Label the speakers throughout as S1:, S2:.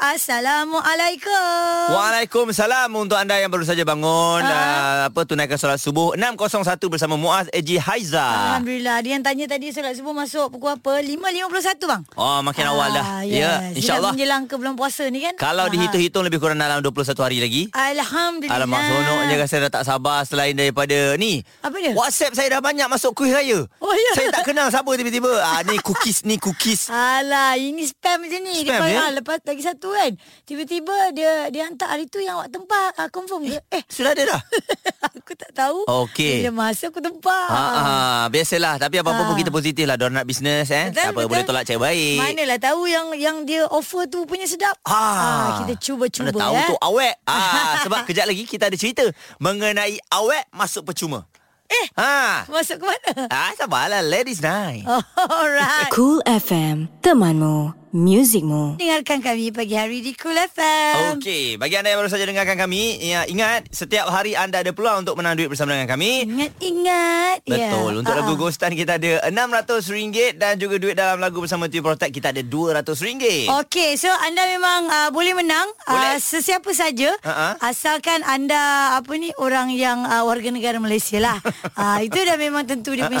S1: Assalamualaikum. Ah.
S2: Waalaikumsalam untuk anda yang baru saja bangun uh, apa tunaikan solat subuh 6.01 bersama Muaz Eji
S1: Ah.
S2: Haiza.
S1: Alhamdulillah. Dia yang tanya tadi solat subuh masuk pukul apa? 5.51 bang.
S2: Oh makin awal dah. Ya,
S1: Ah, yes.
S2: insyaallah.
S1: Dia nak menjelang ke bulan puasa ni kan?
S2: Kalau
S1: Ah.
S2: dihitung-hitung lebih kurang dalam 21 hari lagi.
S1: Alhamdulillah.
S2: Alamak seronoknya rasa dah tak sabar selain daripada ni.
S1: Apa dia?
S2: WhatsApp saya dah banyak masuk kuih raya.
S1: Oh, ya?
S2: Saya tak kenal siapa tiba-tiba. Ah ni cookies ni cookies.
S1: Alah, ini spam macam ni.
S2: Spam,
S1: lepas,
S2: ya?
S1: ah, lepas lagi satu kan. Tiba-tiba dia dia hantar hari tu yang awak tempah. Ah, confirm ke? Eh,
S2: Sudah ada dah. Oh,
S1: aku tak tahu.
S2: Okey.
S1: Bila masa aku tempah.
S2: Ha ah, biasalah tapi apa-apa pun
S1: Ah.
S2: kita positif lah. Diorang nak bisnes eh.
S1: Betul,
S2: tak apa
S1: betul.
S2: boleh tolak cek baik.
S1: Manalah tahu yang yang dia offer tu punya sedap. Ah, kita cuba-cuba
S2: Mana tahu
S1: eh.
S2: tu awet. Ah, sebab kejap lagi kita ada cerita mengenai awet masuk percuma.
S1: Eh.
S2: Ha.
S1: Masuk ke mana?
S2: Ah, sabarlah ladies night.
S1: Alright.
S3: Cool FM, temanmu, muzikmu.
S1: Dengarkan kami pagi hari di Cool FM.
S2: Okey, bagi anda yang baru saja dengarkan kami, ya, ingat setiap hari anda ada peluang untuk menang duit bersama dengan kami.
S1: Ingat-ingat.
S2: Betul. Untuk
S1: Ah,
S2: lagu Ghostan kita ada RM600 dan juga duit dalam lagu bersama Tui Protect kita ada RM200.
S1: Okey, so anda memang uh, boleh menang
S2: Eh. Boleh. Uh-huh.
S1: Uh, sesiapa saja
S2: Ha-ha.
S1: asalkan anda apa ni orang yang uh, warga negara Malaysia lah. uh, itu dah memang tentu dia punya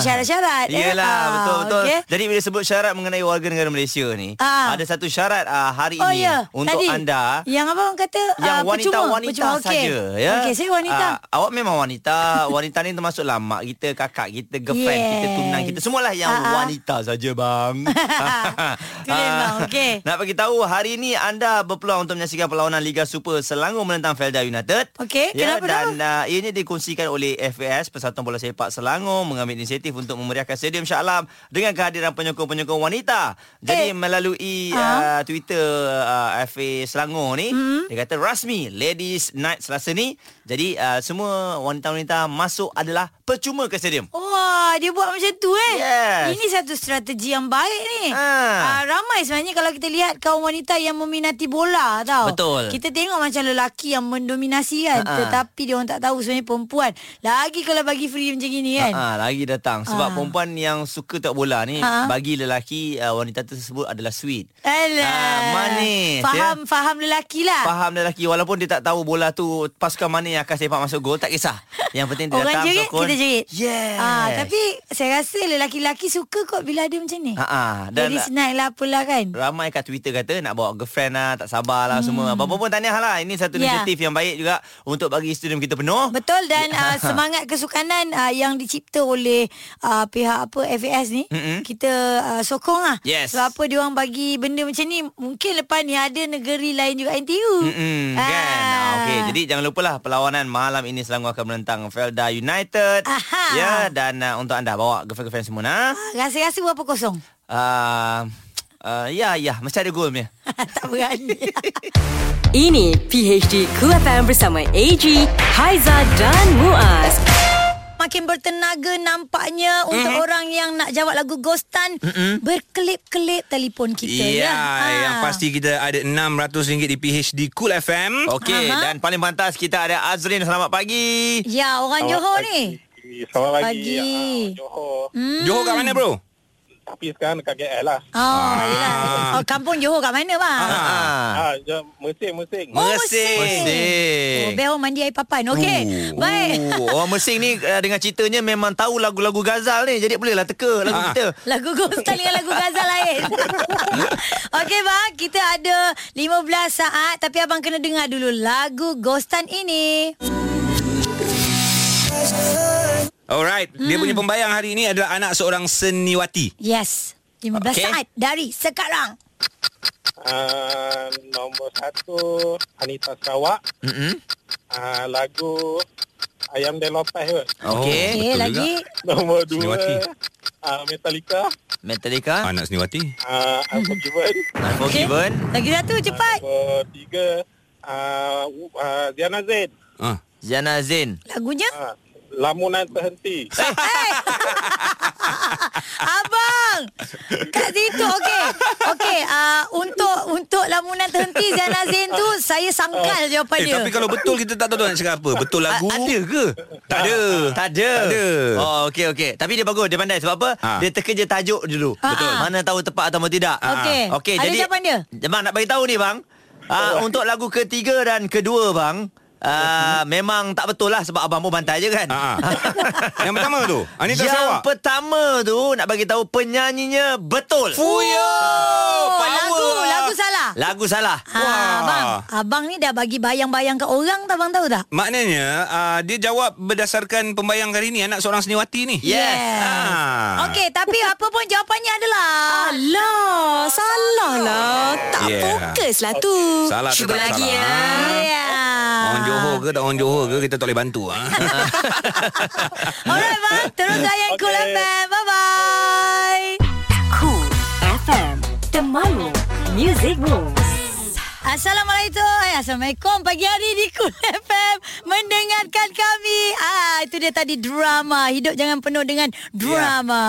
S2: Ah,
S1: syarat-syarat.
S2: Uh-uh. Yelah
S1: Ah,
S2: betul betul.
S1: okey.
S2: Jadi bila sebut syarat mengenai warga negara Malaysia ni,
S1: Ah.
S2: ada satu syarat ah, hari
S1: Oh
S2: ini
S1: ya,
S2: untuk
S1: tadi
S2: anda
S1: Yang apa orang kata
S2: yang
S1: ah,
S2: wanita-wanita
S1: percuma, percuma. Okey.
S2: saja ya.
S1: Okey, saya wanita.
S2: Ah, awak memang wanita. wanita ni termasuk lamak kita, kakak kita, girlfriend kita,
S1: Yes.
S2: tunang kita. Semualah yang
S1: Ah, ah.
S2: wanita saja bang.
S1: Tu memang,
S2: Ah,
S1: okey.
S2: Nak bagi tahu hari ni anda berpeluang untuk menyaksikan perlawanan Liga Super Selangor menentang Felda United.
S1: Okey, kenapa
S2: dan uh, ianya dikongsikan oleh FAS Persatuan Bola Sepak Selangor mengambil inisiatif untuk memeriahkan Stadium Shah Alam dengan kehadiran penyokong-penyokong wanita. Jadi
S1: Eh.
S2: melalui uh, Twitter uh, FA Selangor ni
S1: Hmm.
S2: dia kata rasmi Ladies Night Selasa ni. Jadi uh, semua wanita-wanita masuk adalah percuma ke stadium.
S1: Oh, Wah, dia buat macam tu eh.
S2: Yes.
S1: Ini satu strategi yang baik ni.
S2: Ah.
S1: Ah, ramai sebenarnya kalau kita lihat kaum wanita yang meminati bola tau.
S2: Betul.
S1: Kita tengok macam lelaki yang mendominasi kan.
S2: Ha-ha.
S1: Tetapi dia orang tak tahu sebenarnya perempuan. Lagi kalau bagi free macam gini kan.
S2: Ha, lagi datang sebab
S1: Ah.
S2: perempuan yang suka tengok bola ni
S1: Ah.
S2: bagi lelaki uh, wanita tersebut adalah sweet.
S1: Alah.
S2: Ah, manis,
S1: Faham, faham lelaki lah.
S2: Faham lelaki walaupun dia tak tahu bola tu pasukan mana yang akan sepak masuk gol tak kisah. Yang penting dia
S1: Orang
S2: datang
S1: jerit,
S2: sokong.
S1: kita jerit.
S2: Yes.
S1: Ah, tapi saya rasa lelaki-lelaki suka kot bila ada macam ni.
S2: Ha, ah, dan
S1: Jadi snack lah apalah kan.
S2: ramai kat Twitter kata nak bawa girlfriend lah, tak sabar lah hmm. semua. Apa-apa pun tahniah lah. Ini satu
S1: Ya.
S2: inisiatif yang baik juga untuk bagi stadium kita penuh.
S1: Betul dan
S2: Ya.
S1: uh, semangat kesukanan uh, yang dicipta oleh uh, pihak apa FAS ni
S2: Mm-mm.
S1: kita uh, sokong lah.
S2: Yes.
S1: Sebab apa dia orang bagi benda macam ni mungkin lepas ni ada negeri lain juga NTU.
S2: Mm-mm, kan ah, Okey Jadi jangan lupa lah Perlawanan malam ini Selangor akan menentang Felda United
S1: Aha. Ah,
S2: Ya Dan uh, untuk anda Bawa girlfriend-girlfriend semua nah.
S1: rasa-rasa berapa kosong?
S2: uh, uh, Ya ya Mesti ada gol punya
S1: tak berani.
S3: Ini PHD Cool FM bersama AG, Haiza dan Muaz.
S1: Makin bertenaga nampaknya untuk orang yang nak jawab lagu Ghostan berkelip-kelip telefon kita
S4: Ya,
S1: ya. Ah.
S4: yang pasti kita ada RM600 di PHD Cool FM.
S2: Okey
S1: Aha.
S2: Dan paling pantas Kita ada Azrin Selamat pagi
S1: Ya, orang Johor ni.
S5: ni. Selamat pagi.
S1: Pagi.
S5: Ah, orang Johor.
S4: Hmm. Johor kat mana bro?
S5: Tapi sekarang dekat KL lah.
S1: Oh, yelah. Oh, kampung Johor kat mana bang?
S2: ah.
S5: Ah, ah mesing-mesing.
S1: Oh,
S2: Mersing
S1: Mersing. Oh,
S2: Mersing
S1: Bel mandi air papan. Okey. Baik.
S2: Oh, orang Mersing ni uh, dengan ceritanya memang tahu lagu-lagu Ghazal ni. Jadi bolehlah teka
S4: Ah.
S2: lagu kita.
S1: Ah. Lagu Ghostan dengan lagu Ghazal lain Okey bang Kita ada 15 saat Tapi abang kena dengar dulu Lagu Ghostan ini
S4: Alright, dia punya pembayang hari ini adalah anak seorang seniwati.
S1: Yes 15
S4: Okey.
S1: saat Dari sekarang
S5: Ah, nombor satu, Anita Sarawak.
S2: Mm-mm.
S5: Ah, lagu Ayam Dan Lopas kot.
S2: Okey.
S4: betul
S1: Okey lagi
S5: Nombor dua,
S4: Seniwati.
S5: ah, Metallica.
S2: Metallica,
S4: Anak seniwati.
S5: Ah, Unforgiven. Ah,
S2: Unforgiven.
S1: Lagi satu cepat
S5: Nombor tiga, ah, Wu- ah, Ziana Zain.
S4: Ah.
S2: Ziana Zain.
S1: Lagunya
S5: Ah, Lamunan Terhenti.
S1: Abang bang. Kat situ okey. Okey, uh, untuk untuk lamunan terhenti Ziana Zain tu saya
S2: Oh.
S1: sangkal jawapan
S4: Eh,
S1: dia.
S4: tapi kalau betul kita tak tahu tu nak cakap apa. Betul lagu.
S2: A- ada ke?
S4: Tak ada.
S2: Tak ada.
S4: Tak ada.
S2: Oh, okey okey. Tapi dia bagus, dia pandai sebab apa?
S4: Ha.
S2: Dia terkeja tajuk dulu.
S4: Ah,
S2: Ah.
S1: Betul.
S2: Mana tahu tepat atau tidak.
S1: Okey.
S2: Ha. Okey,
S1: Ada
S2: jadi
S1: jawapan dia?
S2: Bang nak bagi tahu ni bang.
S4: Oh.
S2: Uh, untuk lagu ketiga dan kedua bang, uh, memang tak betul lah sebab abang pun bantai je kan.
S4: Hmm. Ah, ah. Yang pertama tu. Ah, Anita
S2: Yang
S4: Sarawak.
S2: pertama tu nak bagi tahu penyanyinya betul.
S4: Fuyo.
S1: Oh, lagu,
S4: Power.
S1: lagu salah.
S2: Lagu salah.
S1: Ha, abang, abang ni dah bagi bayang-bayang ke orang tak abang tahu tak?
S4: Maknanya uh, dia jawab berdasarkan pembayang hari ni anak seorang seniwati ni.
S2: Yes.
S4: Ah.
S1: Okey, tapi apa pun jawapannya adalah
S3: Alah, salah lah. Tak
S4: Yeah.
S3: yeah. fokus lah tu.
S4: Salah tu
S3: Cuba
S4: tak
S3: lagi
S4: salah.
S3: ya.
S1: Ya.
S4: Orang Johor ke tak orang Johor ke kita tak boleh bantu ah.
S1: Alright bang, terus layan Cool
S5: Okey.
S1: FM. Bye-bye.
S3: Cool FM, The Malu, Music Rules.
S1: Assalamualaikum Eh, Assalamualaikum Pagi hari di Kul FM Mendengarkan kami ah, Itu dia tadi drama Hidup jangan penuh dengan drama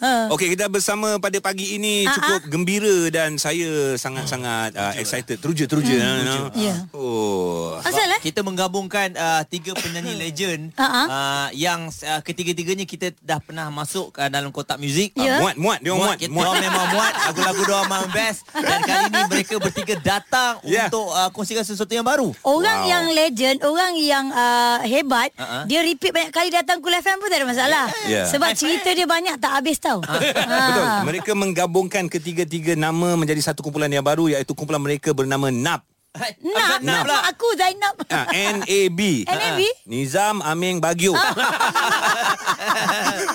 S1: Ah.
S4: Okey, kita bersama pada pagi ini cukup gembira dan saya sangat-sangat uh, excited. Teruja, teruja. Hmm. No,
S1: Ya.
S4: Oh.
S1: Asal eh?
S2: Kita menggabungkan uh, tiga penyanyi legend
S1: Ha, ha.
S2: uh, yang uh, ketiga-tiganya kita dah pernah masuk uh, dalam kotak muzik.
S1: Ya.
S4: Ah, Muat, muat. Dia orang muat.
S2: Kita
S4: muat.
S2: orang memang muat Lagu-lagu dia orang memang best Dan kali ni mereka bertiga datang
S4: Ya.
S2: Untuk uh, kongsikan sesuatu yang baru
S1: Orang
S4: Wow. Uh-huh.
S1: yang legend Orang yang uh, hebat
S2: Ha, ha.
S1: Dia repeat banyak kali datang Kul FM pun tak ada masalah
S4: Ya.
S1: Sebab cerita dia banyak tak habis tau
S4: Ah. Betul.
S1: ha.
S4: Mereka menggabungkan ketiga-tiga nama menjadi satu kumpulan yang baru iaitu kumpulan mereka bernama NAB.
S1: Nak,
S2: Nak
S1: nak,
S2: pula.
S1: aku Zainab
S4: Ah, NAB.
S1: NAB?
S4: Ah, Nizam Aming Bagio.
S1: Ah.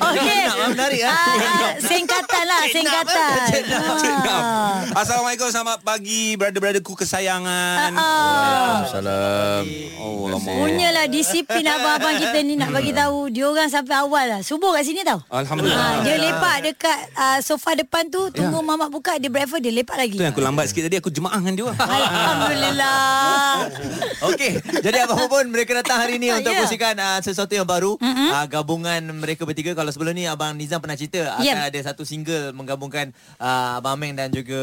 S1: Okey.
S2: Nak, nak, menarik, ah.
S1: Ah, Singkatan lah
S2: Zainab,
S1: Singkatan
S2: eh? Zainab,
S1: Ah.
S4: Nam. Assalamuaikum selamat pagi brother-brotherku
S1: Ah,
S4: kesayangan. Waalaikumsalam. Oh, Allah.
S1: Punyalah lah disiplin abang-abang kita ni nak bagi tahu dia orang sampai awal lah. Subuh kat sini tau. Ha,
S4: Alhamdulillah. Ya.
S1: dia lepak dekat uh, sofa depan tu tunggu yeah. mamak buka dia breakfast dia lepak lagi.
S4: Tu yang aku lambat sikit tadi aku jemaah dengan dia.
S1: Alhamdulillah.
S4: Ah.
S2: Okey, jadi apa pun mereka datang hari ni untuk
S1: Ya.
S2: kongsikan uh, sesuatu yang baru. Mm-hmm. Uh, gabungan mereka bertiga kalau sebelum ni abang Nizam pernah cerita
S1: Ya.
S2: akan ada satu single menggabungkan uh, abang Meng dan juga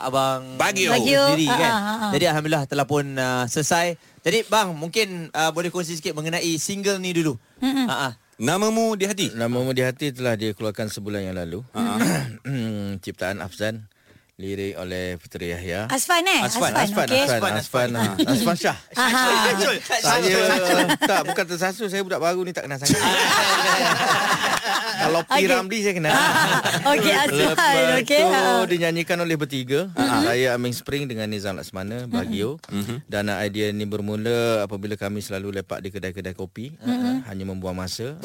S2: abang
S4: Bagio.
S1: Bagio.
S2: sendiri
S1: Ah,
S2: kan.
S1: ah, ah, ah.
S2: Jadi alhamdulillah telah pun uh, selesai. Jadi bang mungkin uh, boleh kongsi sikit mengenai single ni dulu. Mm-hmm.
S1: Hmm.
S2: Uh-huh.
S4: Ah, Namamu di hati. Ah,
S6: Namamu di hati telah dia keluarkan sebulan yang lalu. Hmm, Ciptaan Afzan, lirik oleh Puteri Yahya.
S1: Asfan eh?
S4: Asfan,
S6: Asfan,
S1: okey.
S6: Asfan, Asfan, ah. Asfan Shah. Saya tak bukan tersasul saya budak baru ni tak kenal sangat. Kalau P
S1: Okey.
S6: Ramli saya kenal.
S1: Okey Asfan,
S6: Lepas
S1: okey.
S6: tu
S1: Ha.
S6: dinyanyikan oleh bertiga Ha, Saya Aming Spring dengan Nizam Laksmana Bagio Dan uh, idea ni bermula apabila kami selalu lepak di kedai-kedai kopi Hanya membuang masa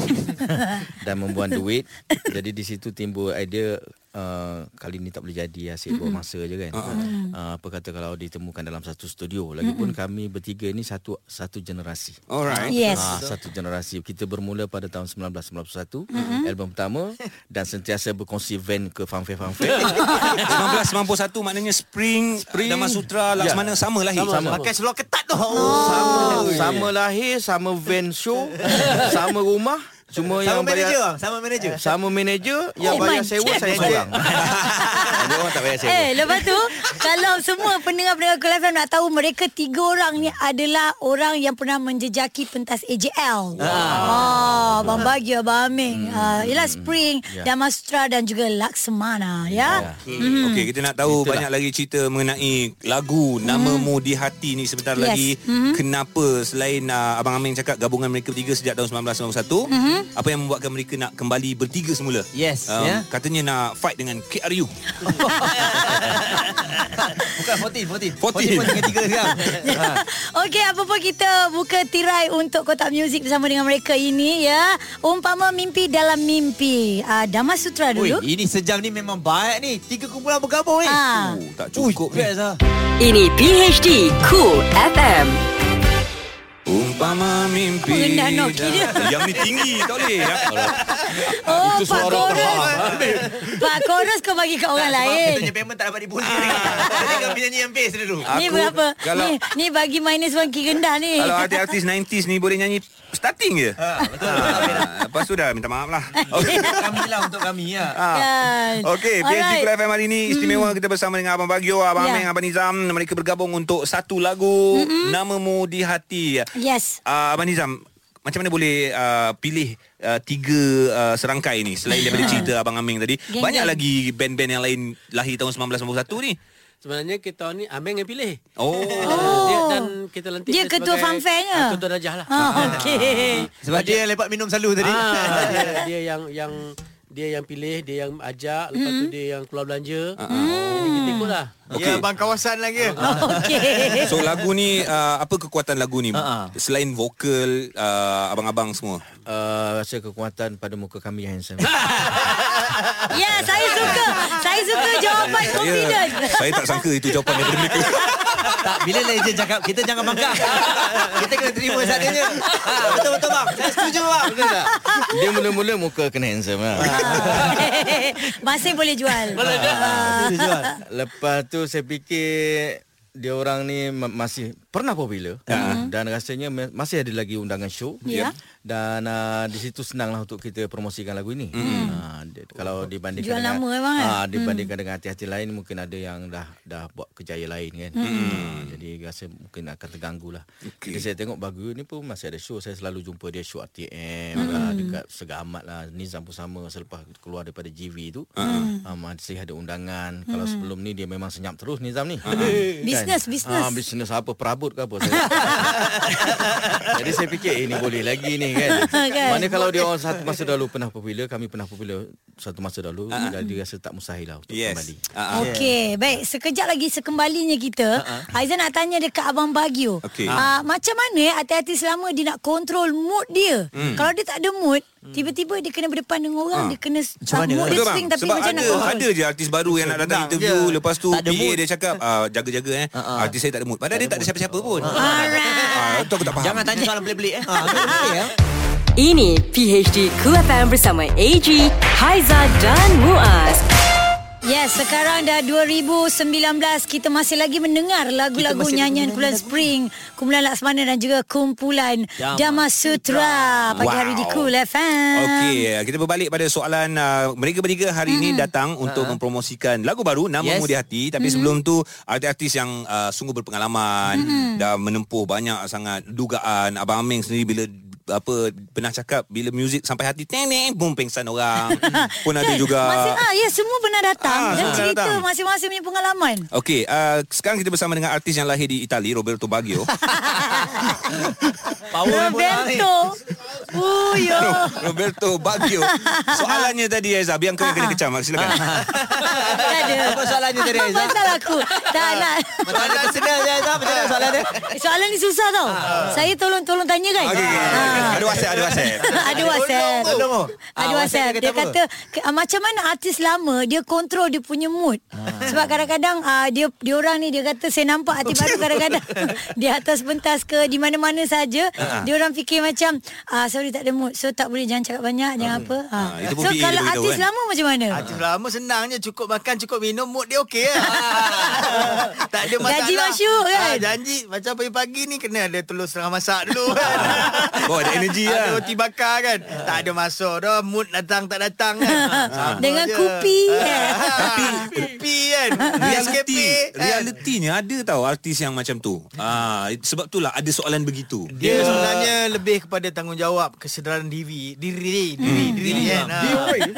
S6: Dan membuang duit Jadi di situ timbul idea Uh, kali ni tak boleh jadi asyik buang masa je kan
S1: Hmm.
S6: uh, apa kata kalau ditemukan dalam satu studio lagipun kami bertiga ni satu satu generasi
S4: Alright.
S1: Yes.
S6: Ah, satu generasi. Kita bermula pada tahun 1991, mm-hmm. album pertama dan sentiasa berkongsi van ke fanfare-fanfare.
S4: 1991 maknanya Spring, Spring. Dhamma Sutra Laksmana sama lahir.
S2: Sama. Pakai seluar ketat
S6: Ya.
S2: tu.
S6: sama sama lahir, sama van show, sama rumah, cuma
S2: Sama
S6: yang
S2: manager
S6: bayar
S2: bang, sama manager.
S6: sama manager yang
S1: Oh
S6: bayar
S1: my
S6: sewa
S1: God.
S6: saya seorang. Dia orang tak bayar sewa.
S1: Eh, lepas tu kalau semua pendengar-pendengar Kul FM nak tahu mereka tiga orang ni adalah orang yang pernah menjejaki pentas AJL. Ah, Abang Bagio, Abang
S2: Hmm.
S1: Aming, ah, Yelah Spring,
S2: Ya.
S1: yeah. Damastra dan juga Laksamana, ya.
S4: Okey, okay, kita nak tahu banyak lagi cerita mengenai lagu Namamu di Hati ni sebentar
S1: Yes.
S4: lagi. Kenapa selain uh, Abang Amin cakap gabungan mereka bertiga sejak tahun 1991,
S2: Hmm.
S1: Mm-hmm.
S4: apa yang membuatkan mereka nak kembali bertiga semula? Um,
S2: Yes, ya.
S4: Katanya nak fight dengan KRU.
S2: Bukan 14, 14.
S4: 14.
S2: 14 tiga sekarang. Ha.
S1: Ah. Okey, apa pun kita buka tirai untuk kotak muzik bersama dengan mereka ini ya. Umpama mimpi dalam mimpi. Ah, Damasutra
S2: Ui,
S1: dulu.
S2: ini sejam ni memang baik ni. Tiga kumpulan bergabung ni.
S1: Ah.
S4: Oh, tak cukup ni.
S2: best lah.
S3: Ini PHD Cool FM.
S4: Umpama Umpama mimpi
S3: Oh,
S1: Rendah Nokia dia.
S4: Yang ni tinggi tak boleh ya?
S1: Oh,
S4: Itu
S1: Pak
S4: suara
S1: Chorus.
S4: terfaham.
S1: Pak Chorus kau bagi kat orang lain.
S2: Kita punya payment tak dapat dibuli Kita penyanyi yang bass dulu
S1: Ni
S4: Aku-
S1: berapa?
S4: kalau-
S1: Ni ni bagi minus 1 kira rendah ni.
S4: Kalau artis-artis 90s ni boleh nyanyi starting je. Ha, betul. lepas tu dah minta maaf lah.
S2: Kami lah untuk kami ya.
S4: Ah.
S1: Kan.
S4: Okey, PSG Kul FM hari ini istimewa kita bersama dengan Abang Bagio, Abang
S1: Hmm. Ya.
S4: Aming, Abang Nizam. Mereka bergabung untuk satu lagu Namamu di Hati.
S1: Yes.
S4: Uh, Abang Nizam, macam mana boleh uh, pilih uh, tiga uh, serangkai ni selain daripada cerita Abang Aming tadi?
S1: Geng-geng.
S4: Banyak lagi band-band yang lain lahir tahun 1991 ni.
S7: Sebenarnya kita ni Ameng yang pilih.
S4: Oh.
S7: Oh. Dia, dan kita lantik
S1: Dia ketua
S7: sebagai,
S1: fanfare-nya.
S7: ah, Ketua darjah lah.
S1: Oh, okey.
S2: Sebab dia yang lepak minum selalu tadi.
S7: Ah, dia, dia yang yang dia yang pilih, dia yang ajak, lepas tu
S1: Hmm.
S7: dia yang keluar belanja.
S1: Ah,
S7: Jadi kita ikut lah.
S4: Okey.
S8: Ya, abang kawasan lagi.
S1: Okey.
S4: So lagu ni uh, apa kekuatan lagu ni?
S2: Ha, ha.
S4: Selain vokal uh, abang-abang semua.
S6: Uh, rasa kekuatan pada muka kami yang handsome.
S1: Ya, saya suka. Saya suka
S4: Ya.
S1: jawapan confident.
S4: saya tak sangka itu jawapan daripada mereka.
S2: tak, bila legend cakap, kita jangan bangkang. kita kena terima seadanya. Ha, betul-betul bang. Saya setuju bang.
S6: Betul tak? Dia mula-mula muka kena handsome lah.
S1: Masih boleh jual.
S7: Boleh jual.
S1: Ah.
S6: Lepas tu saya fikir dia orang ni ma- masih pernah popular uh-huh. dan rasanya me- masih ada lagi undangan show
S1: Ya.
S6: dan uh, di situ senanglah untuk kita promosikan lagu ini. Mm. Uh, di, kalau dibandingkan
S1: Jual
S6: dengan
S1: nama memang, kan?
S6: ah, dibandingkan dengan hati-hati lain mungkin ada yang dah dah buat kejayaan lain kan. Mm. jadi rasa mungkin akan terganggu lah.
S4: Okey.
S6: Jadi saya tengok Bagu ni pun masih ada show. Saya selalu jumpa dia show RTM mm. lah, dekat Segamat lah. Nizam pun sama selepas keluar daripada GV tu. Mm. Um, masih ada undangan. Mm. Kalau sebelum ni dia memang senyap terus Nizam ni. Kan?
S1: Business, business.
S6: Ah, bisnes apa perabot ke apa. Saya. Jadi saya fikir eh, ni boleh lagi ni kan.
S1: Kan?
S6: Mana kalau dia orang satu masa dahulu pernah popular, kami pernah popular satu masa dahulu uh-huh. dan dia rasa tak mustahil lah untuk yes. kembali.
S4: Ah, ah.
S1: Okey, baik. Sekejap lagi sekembalinya kita, uh-huh. Aizan nak tanya dekat Abang Bagio.
S4: Okey.
S1: Ah, macam mana eh hati-hati selama dia nak kontrol mood dia.
S4: Hmm.
S1: Kalau dia tak ada mood,
S7: Hmm.
S1: tiba-tiba dia kena berdepan dengan orang, dia kena ah, mood dia
S4: Betul bang
S1: swing tapi
S4: Sebab
S1: macam
S4: ada
S1: nak kontrol.
S4: Ada je artis baru Yang nak datang
S8: Senang
S4: interview
S8: je.
S4: Lepas tu
S2: Tak ada
S4: PA
S2: mood.
S4: dia cakap ah, Jaga-jaga eh Artis saya tak ada mood Padahal dia tak ada siapa-siapa pun Ah, Itu aku tak faham Ah, ya.
S2: Jangan tanya soalan pelik-pelik eh. Ha, pelik-pelik eh.
S3: Ini PHD Cool FM bersama AG, Haiza dan Muaz.
S1: Yes, Ya, sekarang dah 2019 kita masih lagi mendengar lagu-lagu nyanyian Kumpulan Spring, Kumpulan Laksmana dan juga Kumpulan Dama Sutra pagi
S4: Wow.
S1: hari di Cool FM.
S4: Okey, kita berbalik pada soalan uh, mereka bertiga hari ini datang untuk mempromosikan lagu baru Namamu
S2: Yes.
S4: di Hati tapi sebelum tu artis-artis yang uh, sungguh berpengalaman
S9: Mm-hmm.
S1: Hmm.
S4: dah menempuh banyak sangat dugaan Abang Aming sendiri bila apa pernah cakap bila muzik sampai hati teneng boom pingsan orang pun ada
S1: Kan?
S4: juga
S1: Masih, ah, ya, semua pernah datang
S4: Ah,
S1: dan
S4: semua
S1: cerita
S4: datang.
S1: masing-masing punya pengalaman.
S4: Okey, uh, sekarang kita bersama dengan artis yang lahir di Itali, Roberto Baggio.
S2: Power pula ni.
S1: Roberto. Oh, ya.
S4: Roberto Baggio. Soalannya tadi Aizah, biar kau yang kena kecam. ah, Silakan.
S1: Tak ada.
S2: Apa soalannya tadi
S1: Apa
S2: Aizah?
S1: pasal aku? Tak nak.
S2: Macam mana senang je Aizah? Macam mana soalan dia?
S1: Soalan ni susah tau. Saya tolong-tolong tanya kan.
S4: Ah. Okey, okey.
S1: Ah.
S4: Ada WhatsApp, ada WhatsApp.
S1: ada WhatsApp.
S2: Tolong tu.
S1: Ada
S2: Ah,
S1: WhatsApp. Dia
S2: apa?
S1: kata ke- ah, macam mana artis lama dia kontrol dia punya mood. Sebab kadang-kadang ah, dia dia orang ni dia kata saya nampak artis baru kadang-kadang di atas pentas ke di mana-mana saja dia orang fikir macam ah sorry tak ada mood. So tak boleh jangan cakap banyak jangan apa. Ah.
S4: Ah, itu pun
S1: so
S4: PA dia
S1: kalau
S4: beritahu,
S1: artis
S4: kan?
S1: lama macam mana?
S8: Artis lama senangnya cukup makan cukup minum mood dia okey lah. tak ada masalah.
S1: Gaji masuk, kan?
S8: Ah, janji macam pagi-pagi ni kena ada telur setengah masak dulu kan.
S4: Oh,
S1: Ah,
S4: ada energi
S8: ada
S4: lah.
S8: roti bakar kan. tak ada masuk dah mood datang tak datang kan. Sama
S1: Dengan
S8: je. Ah,
S1: kupi, eh.
S8: Kupi kupi kan.
S4: Realiti
S8: Nescafe, kan?
S4: Realitinya ada tau artis yang macam tu ah, Sebab itulah ada soalan begitu Ya.
S8: Dia sebenarnya lebih kepada tanggungjawab kesedaran diri diri diri
S1: Hmm,
S8: diri, diri kan. Ah.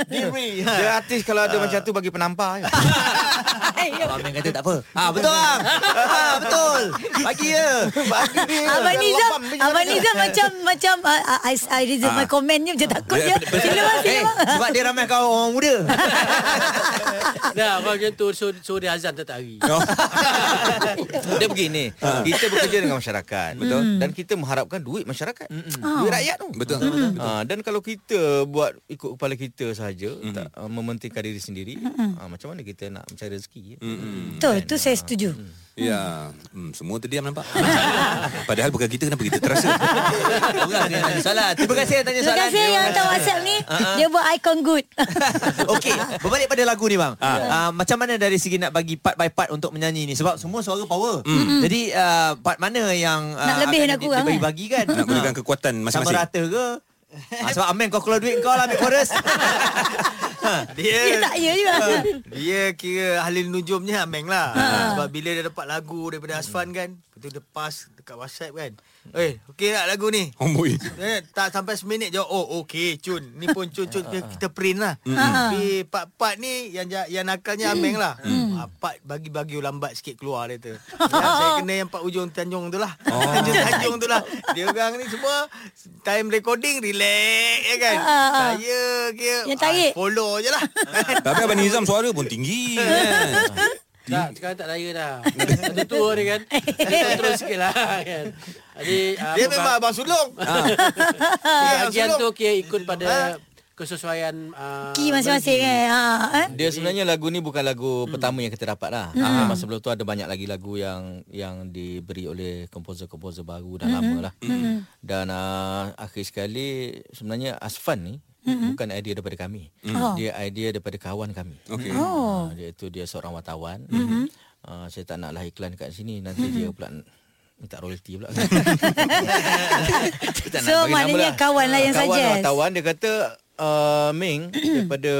S8: Diri.
S6: Dia artis kalau
S4: Ah.
S6: ada macam tu bagi penampar kan? je.
S2: Abang Amir kata tak apa. Ah betul bang. Ah betul. Bagi je. Bagi dia.
S1: Abang Nizam
S2: Lopam dia
S1: Abang
S2: jangan-
S1: Nizam macam Macam ah, ah, I, I reserve my comment ni Macam takut dia Sila bang sila
S2: Eh,
S1: bang
S2: sebab dia ramai kawan orang muda.
S7: Dah macam tu suruh, suruh dia azan tetap hari.
S6: Dia begini,
S4: Ah.
S6: kita bekerja dengan masyarakat, betul?
S1: Hmm.
S6: Dan kita mengharapkan duit masyarakat. Duit rakyat tu.
S4: Betul.
S6: Ah, dan kalau kita buat ikut kepala kita sahaja, tak uh, mementingkan diri sendiri, ah, macam mana kita nak mencari rezeki? ya?
S1: Betul tu saya setuju Mm.
S4: Ya hmm, Semua terdiam nampak Padahal bukan kita Kenapa kita terasa
S2: Orang yang tanya soalan. Terima kasih yang tanya
S1: Terima
S2: soalan.
S1: kasih yang hantar WhatsApp ni. Dia buat icon good.
S2: Okey, berbalik pada lagu ni bang. Uh, macam mana dari segi nak bagi part by part untuk menyanyi ni sebab semua suara power. Jadi uh, part mana yang uh,
S1: Hmm. Nak lebih,
S2: akan
S1: nak
S2: di-
S1: kurang, eh?
S2: dibagi-bagi kan?
S4: Nak gunakan
S2: Ha.
S4: kekuatan
S2: Sama
S4: masing-masing
S2: rata ke? Ha, sebab Amin kau keluar duit kau lah ambil chorus.
S1: Dia
S8: Dia Ah,
S1: tak ya juga. Ha.
S8: dia kira ahli nujumnya Ameng lah. Sebab bila dia dapat lagu daripada Asfan kan, lepas tu dia pass dekat WhatsApp kan. Eh, okey tak lagu ni?
S4: Homeboy
S8: Eh, tak sampai seminit je. Oh, okey, cun. Ni pun cun cun kita, kita print lah.
S1: Ha,
S8: Tapi part-part ni yang ja- yang
S1: Hmm.
S8: nakalnya Ameng lah. Ah, part bagi-bagi lambat sikit keluar dia tu. Yang saya kena yang part ujung Tanjung tu lah.
S4: Oh.
S8: Tanjung Tanjung tu lah. Dia orang ni semua time recording relax ya kan. Saya kira
S1: Ah, Yang tarik.
S8: ah, follow je lah.
S4: Tapi Abang Nizam suara pun tinggi kan?
S7: Tak, sekarang tak raya dah. Dah tua dia kan. Dia terus sikit lah kan. Jadi, ah,
S8: Dia
S7: apa
S8: memang abang sulung.
S7: Bahagian tu
S8: Sulung. Ha?
S7: okay, ikut pada kesesuaian uh,
S4: Ah.
S1: Ki masing-masing kan. Ha, eh?
S6: Dia sebenarnya lagu ni bukan lagu pertama yang kita dapat lah. Hmm. Memang sebelum tu ada banyak lagi lagu yang yang diberi oleh komposer-komposer baru dan lama lah. Hmm. Dan uh, akhir sekali sebenarnya Asfan ni hmm. bukan idea daripada kami. Hmm. Dia idea daripada kawan kami.
S4: Okey.
S6: Oh. Uh, dia itu dia seorang wartawan. Hmm. Uh, saya tak naklah iklan kat sini nanti dia pula minta royalty pula. Kita tak nak bagi
S1: So,
S6: nama Ah,
S1: maknanya kawan lah yang
S6: kawan
S1: suggest.
S6: wartawan dia kata uh, Ming daripada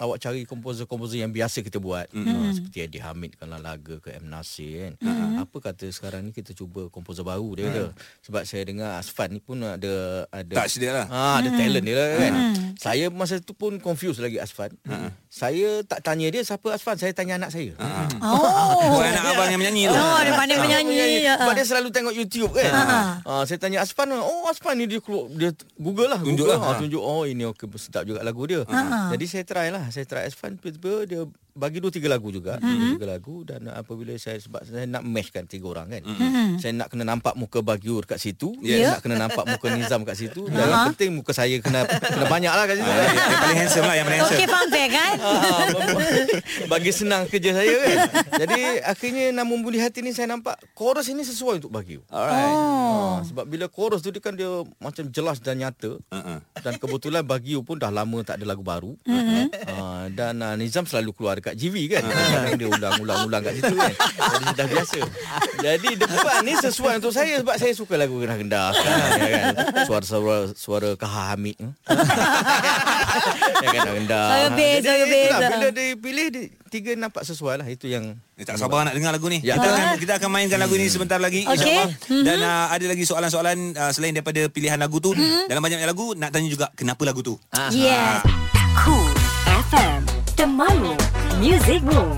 S6: awak cari komposer-komposer yang biasa kita buat mm. seperti Adi Hamid kan Laga ke M Nasir kan apa kata sekarang ni kita cuba komposer baru dia kata sebab saya dengar Asfan ni pun ada ada
S4: Mm. Touch dia lah.
S6: ha, ada talent dia lah kan
S1: Hmm.
S6: saya masa tu pun confused lagi Asfan
S4: Ha.
S6: saya tak tanya dia siapa Asfan saya tanya anak saya
S1: Oh.
S4: Bukan Ha. anak abang yang menyanyi tu
S1: Oh, dia pandai
S6: menyanyi
S1: menyanyi. Ha.
S6: Sebab dia selalu tengok YouTube kan ha. Saya tanya Asfan Oh Asfan ni dia keluar Dia Google lah
S4: Tunjuk
S6: Google.
S4: lah.
S6: ha. Tunjuk Oh ini okay, sedap juga lagu dia ha. Jadi saya try lah Saya try Asfan Tiba-tiba dia bagi dua tiga lagu juga
S1: Hmm.
S6: dua, tiga lagu Dan apabila saya Sebab saya nak meshkan tiga orang kan
S1: Hmm.
S6: Saya nak kena nampak muka Bagyur kat situ
S1: Yes.
S6: Saya nak kena nampak muka Nizam kat situ Dan yang penting muka saya kena Kena banyak lah kat situ
S4: Ah, Yang paling handsome lah Yang paling handsome
S1: Okey, faham fair kan?
S6: bagi senang kerja saya kan. Jadi akhirnya nama Budi Hati ni saya nampak chorus ini sesuai untuk bagi. Alright. Oh. Ha, sebab bila chorus tu dia kan dia macam jelas dan nyata.
S4: Uh-uh.
S6: Dan kebetulan Bagiu pun dah lama tak ada lagu baru.
S1: Mm-hmm.
S6: Uh-huh. Uh, dan uh, Nizam selalu keluar dekat GV kan.
S4: Ah,
S6: Uh-huh. Dia ulang-ulang-ulang kat situ kan. Jadi dah biasa. Jadi depan ni sesuai untuk saya sebab saya suka lagu rendah-rendah kan, kan. Suara-suara suara Kaha Hamid. Yang kan rendah.
S1: Suara bass,
S6: Jadi,
S1: suara bass.
S6: itulah, Bila dipilih dia, tiga nampak sesuai lah itu yang
S4: Eh, tak sabar nak dengar lagu ni.
S6: Ya.
S4: Kita akan kita akan mainkan lagu ni sebentar lagi
S1: Hmm. Okey.
S4: insyaallah. Dan uh, ada lagi soalan-soalan uh, selain daripada pilihan lagu tu, dalam banyak lagu nak tanya juga kenapa lagu tu.
S1: Hmm.
S4: Ah,
S1: Yes.
S3: Cool FM Temanmu Music Rules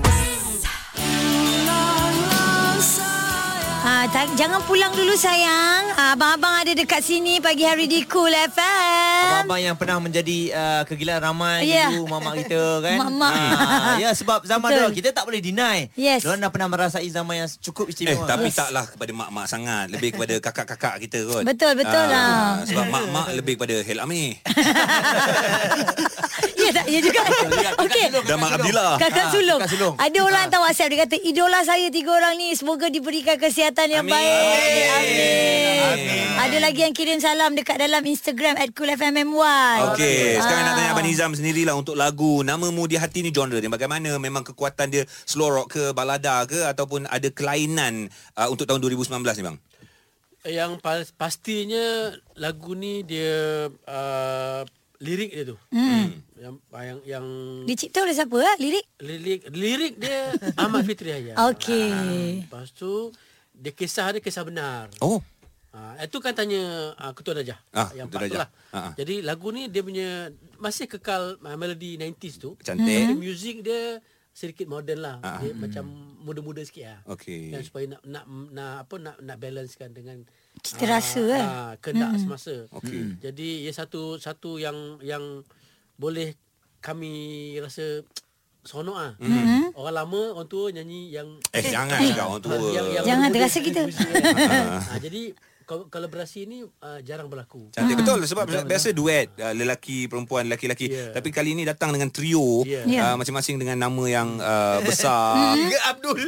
S1: Ha, tak, jangan pulang dulu sayang. Ah, abang-abang ada dekat sini pagi hari di Cool FM.
S2: Abang-abang yang pernah menjadi uh, kegilaan ramai
S1: Ya.
S2: yeah. dulu mamak kita kan.
S1: Mamak.
S2: Ah, ya sebab zaman
S1: Betul.
S2: dulu kita tak boleh deny.
S1: Yes.
S2: Diorang dah pernah merasai zaman yang
S4: Eh,
S2: cukup istimewa.
S4: tapi taklah kepada mak-mak sangat, lebih kepada kakak-kakak kita kot.
S1: Betul, betul
S4: Ah,
S1: lah.
S4: Sebab mak-mak lebih kepada Hel Amir
S1: Ya tak? Ya juga. Okey.
S4: dan Mak Abdillah.
S1: Kakak sulung.
S2: Kakak sulung.
S1: Ada orang hantar WhatsApp dia kata idola saya tiga orang ni semoga diberikan kesihatan yang
S4: Amin.
S1: baik. Amin.
S4: Amin.
S1: Ada lagi yang kirim salam dekat dalam Instagram @coolfmmy.
S4: Okey,
S1: Ah,
S4: sekarang nak tanya Abang Nizam sendirilah untuk lagu Nama Mu Di Hati ni genre dia bagaimana? Memang kekuatan dia slow rock ke balada ke ataupun ada kelainan uh, untuk tahun 2019 ni bang?
S7: Yang pa- pastinya lagu ni dia uh, lirik dia tu. Hmm. Yang yang yang
S1: mm. Dicipta oleh siapa ah? Lirik?
S7: lirik lirik dia Ahmad Fitri Haya.
S1: Okey.
S7: Lepas tu dia kisah dia kisah benar.
S4: Oh,
S7: Ah, itu kan tanya ah, Ketua Rajah
S4: Ah,
S7: yang
S4: Ketua
S7: part tu
S4: Rajah.
S7: lah.
S4: Ah, ah.
S7: Jadi lagu ni dia punya masih kekal ah, melody 90s tu.
S4: Cantik. Ah.
S7: Tapi
S4: Hmm.
S7: music dia sedikit modern lah. Dia macam muda-muda sikit lah.
S4: Okey.
S7: Dan supaya nak nak nak apa nak nak balancekan dengan
S1: Cita
S7: ah,
S1: rasa, eh.
S7: ah, kendak semasa. Mm.
S4: Okey.
S7: Jadi ia satu satu yang yang boleh kami rasa seronok ah.
S1: Hmm.
S7: Orang lama orang tua nyanyi yang
S4: Hmm. Eh jangan cakap orang tua.
S7: yang- yang
S1: Jangan
S7: muda-muda
S1: terasa kita.
S7: punya puisi, kan? Ah, jadi ko- kolaborasi ni uh, jarang berlaku.
S1: Ah.
S4: Cantik betul sebab biasa duet uh, lelaki perempuan lelaki-lelaki
S7: Yeah.
S4: tapi kali ini datang dengan trio
S7: Yeah.
S1: Yeah.
S4: uh, masing-masing dengan nama yang uh,
S9: Hmm?
S1: Mm-hmm.
S4: besar.
S8: Tiga Abdul.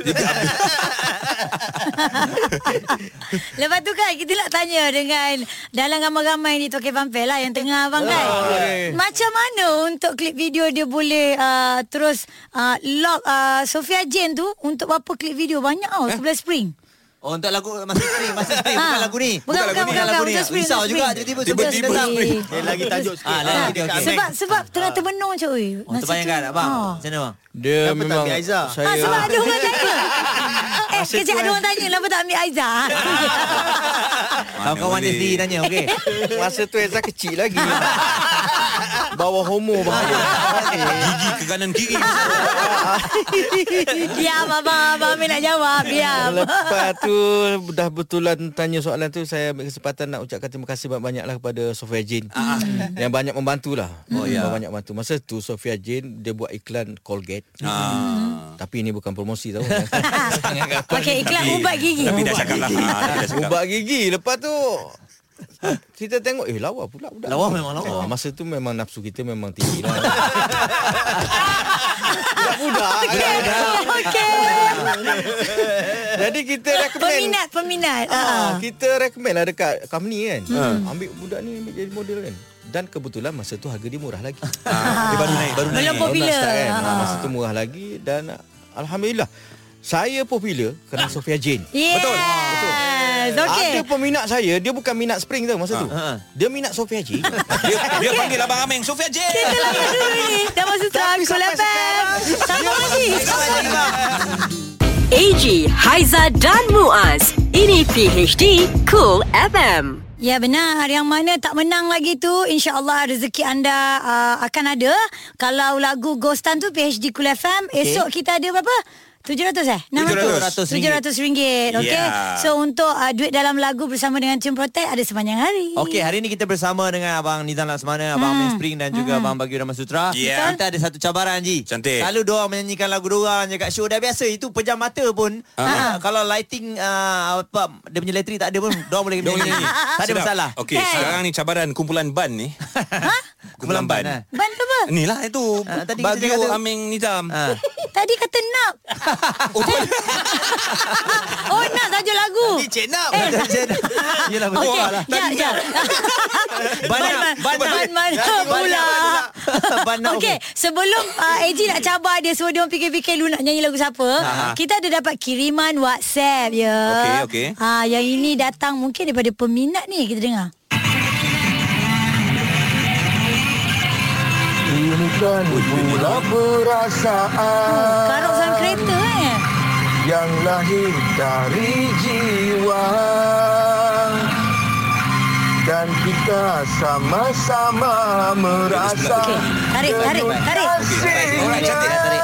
S1: Lepas tu kan kita nak tanya dengan dalam ramai-ramai ni Tokey Vampel lah yang tengah abang kan. Macam mana untuk klip video dia boleh uh, terus uh, lock uh, Sofia Jane tu untuk berapa klip video banyak tau sebelah spring.
S9: Oh, untuk lagu Masa Spring, Masa Spring.
S1: Ah.
S9: Bukan lagu ni.
S1: Bukan, bukan, bukan,
S9: lagu
S1: bukan.
S9: ni.
S1: Untuk Spring,
S9: Risau
S1: untuk
S9: juga
S1: Spring.
S9: tiba-tiba
S1: Untuk
S9: Spring
S1: Spring.
S9: datang.
S8: Dia lagi tajuk sikit.
S9: Ah, lagi dia akan
S1: Sebab sebab tengah termenung macam oi.
S9: Oh, terbayangkan abang. Macam mana bang?
S6: Dia
S8: Kenapa tak
S6: memang
S8: ambil Aizah?
S6: saya
S1: Ah, sebab ada orang tanya. eh,
S6: kan-
S1: kejap ada orang tanya kenapa tak ambil Aizah.
S9: Kawan-kawan dia
S4: boleh?
S9: sendiri tanya, okey?
S6: masa tu Ezra kecil lagi. Bawa homo bahaya.
S4: Gigi ke kanan kiri.
S1: Diam abang, abang Amir nak jawab. Diam.
S6: Lepas tu dah betulan tanya soalan tu saya ambil kesempatan nak ucapkan terima kasih banyak-banyaklah kepada Sofia Jin yang banyak membantulah. Oh ya. Banyak bantu. Masa tu Sofia Jin dia buat iklan Colgate.
S4: Ah.
S6: Tapi ini bukan promosi tau.
S1: Pakai iklan ubat gigi.
S4: Tapi dah cakap lah. Ah, tapi dah cakap.
S6: Ubat gigi. Lepas tu kita tengok eh lawa pula budak.
S9: Lawa memang lawa.
S6: Ah, masa tu memang nafsu kita memang tinggi lah. Budak-budak. ya.
S1: Okey.
S6: Jadi kita recommend
S1: Peminat, peminat. Ah.
S6: Ah, kita recommend lah dekat company kan. Hmm. Ambil budak ni ambil jadi model kan. Dan kebetulan masa tu harga dia murah lagi.
S4: Ah, Dia baru naik, baru naik.
S1: Belum
S6: Baru
S1: popular.
S6: nak start kan. Ah, Masa tu murah lagi dan ah, alhamdulillah saya popular
S1: Ah.
S6: kerana Sofia Jane.
S1: Yes. Betul.
S6: Ada
S1: Okey.
S6: peminat saya, dia bukan minat Spring tau masa tu. Dia minat Sofia Jane.
S4: Dia, dia Ah, panggil Abang Ameng, Sofia J.
S1: Kita lama dulu ni. Dah masuk time. Kulapan. Sama lagi.
S3: AG, Haiza dan Muaz. Ini PHD Cool FM.
S1: Ya benar Yang mana tak menang lagi tu InsyaAllah rezeki anda uh, Akan ada Kalau lagu Ghostan tu PHD Kul FM okay. Esok kita ada berapa? 700 eh?
S9: 700.
S1: 700 ringgit Okay
S9: Ya.
S4: Yeah.
S1: So untuk uh, duit dalam lagu Bersama dengan Tune Protect Ada sepanjang hari
S9: Okey, hari ni kita bersama dengan Abang Nizam Laksmana,
S1: Ha.
S9: Abang Amin Spring dan juga Abang Bagio Rama Sutra.
S2: Ya.
S4: Yeah.
S9: Kita ada satu cabaran, Ji.
S4: Cantik.
S9: Selalu diorang menyanyikan lagu diorang je kat show. Dah biasa, itu pejam mata pun. Uh,
S4: Ah.
S9: kalau lighting, uh, apa, dia punya elektrik tak ada pun, diorang boleh
S4: Dia
S9: menyanyi. tak ada
S4: Sedap.
S9: masalah.
S4: Okey,
S1: Kan?
S4: sekarang ni cabaran kumpulan ban ni. kumpulan ban.
S9: Ban,
S1: Ban tu apa?
S4: Ni lah itu.
S9: ha? Ah, tadi kita
S4: Bagio
S9: cakap tu.
S4: Ameng Nizam.
S9: Ha.
S1: Tadi kata nak Oh nak tajuk lagu
S8: Ni
S1: Eh.
S8: Cik Nap.
S9: Yelah, betul
S1: Okey
S9: lah.
S1: Jap jap
S9: Banyak,
S1: Ban
S9: banyak.
S1: ban- ban pula
S9: Banyak.
S1: Okey, sebelum uh, AG nak cabar dia suruh dia orang fikir-fikir lu nak nyanyi lagu siapa, kita ada dapat kiriman WhatsApp ya.
S4: Okey, okey.
S1: Ah, yang ini datang mungkin daripada peminat ni kita dengar.
S10: Demikian pula perasaan
S1: Karok dalam kereta eh.
S10: yang lahir dari jiwa Dan kita sama-sama merasa
S1: Okey, tarik, tarik, tarik.
S4: Alright, cantik dah
S10: kasihnya
S4: tarik.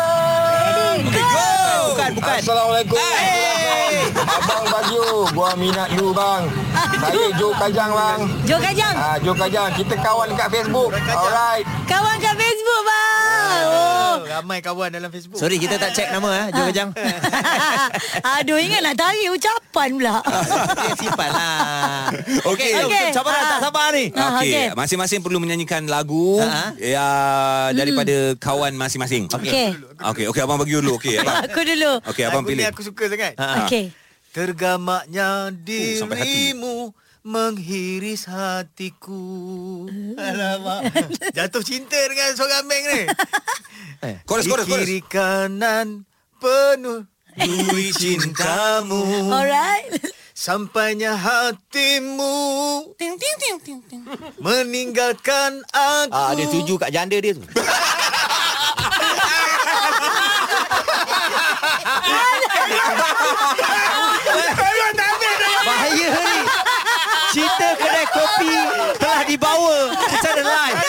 S4: Okey, step
S9: Okey, let's go.
S4: up.
S1: Ready, go.
S9: Bukan, bukan.
S10: Assalamualaikum Abang Bagio Gua minat you bang Saya Jo Kajang bang
S1: Jo Kajang,
S10: Ah, Jo Kajang Kita kawan dekat Facebook Alright
S1: kawan kat Facebook bang. Oh.
S8: Oh, ramai kawan dalam Facebook.
S9: Sorry, kita tak check nama. Eh. Jom
S1: Ah.
S9: kejang.
S1: Aduh, ingat nak tarik ucapan pula.
S9: Okey, simpan lah.
S4: Okey.
S9: Okey,
S1: Okey.
S9: cabaran tak
S1: Ah.
S9: sabar ni.
S1: Ah, okey.
S4: Okey, masing-masing perlu menyanyikan lagu
S9: Ha?
S4: ya daripada kawan masing-masing.
S1: Okey.
S4: Okey, okey abang bagi dulu. Okey, abang.
S1: Aku dulu.
S4: Okey,
S8: ya. Lagu
S4: abang
S8: ni
S4: pilih. Ah, Oh,
S8: aku suka sangat.
S1: Okey.
S8: Tergamaknya
S4: sampai hati.
S8: dirimu menghiris hatiku.
S1: Ah.
S8: Alamak. Jatuh cinta dengan seorang Meng ni.
S4: Chorus, chorus,
S8: Di
S4: chorus.
S8: kiri kanan penuh duri cintamu
S1: Alright.
S8: sampainya hatimu meninggalkan aku.
S6: Ah, dia tuju kat janda dia tu.
S9: Bahaya ni. Cerita kedai kopi telah dibawa secara live.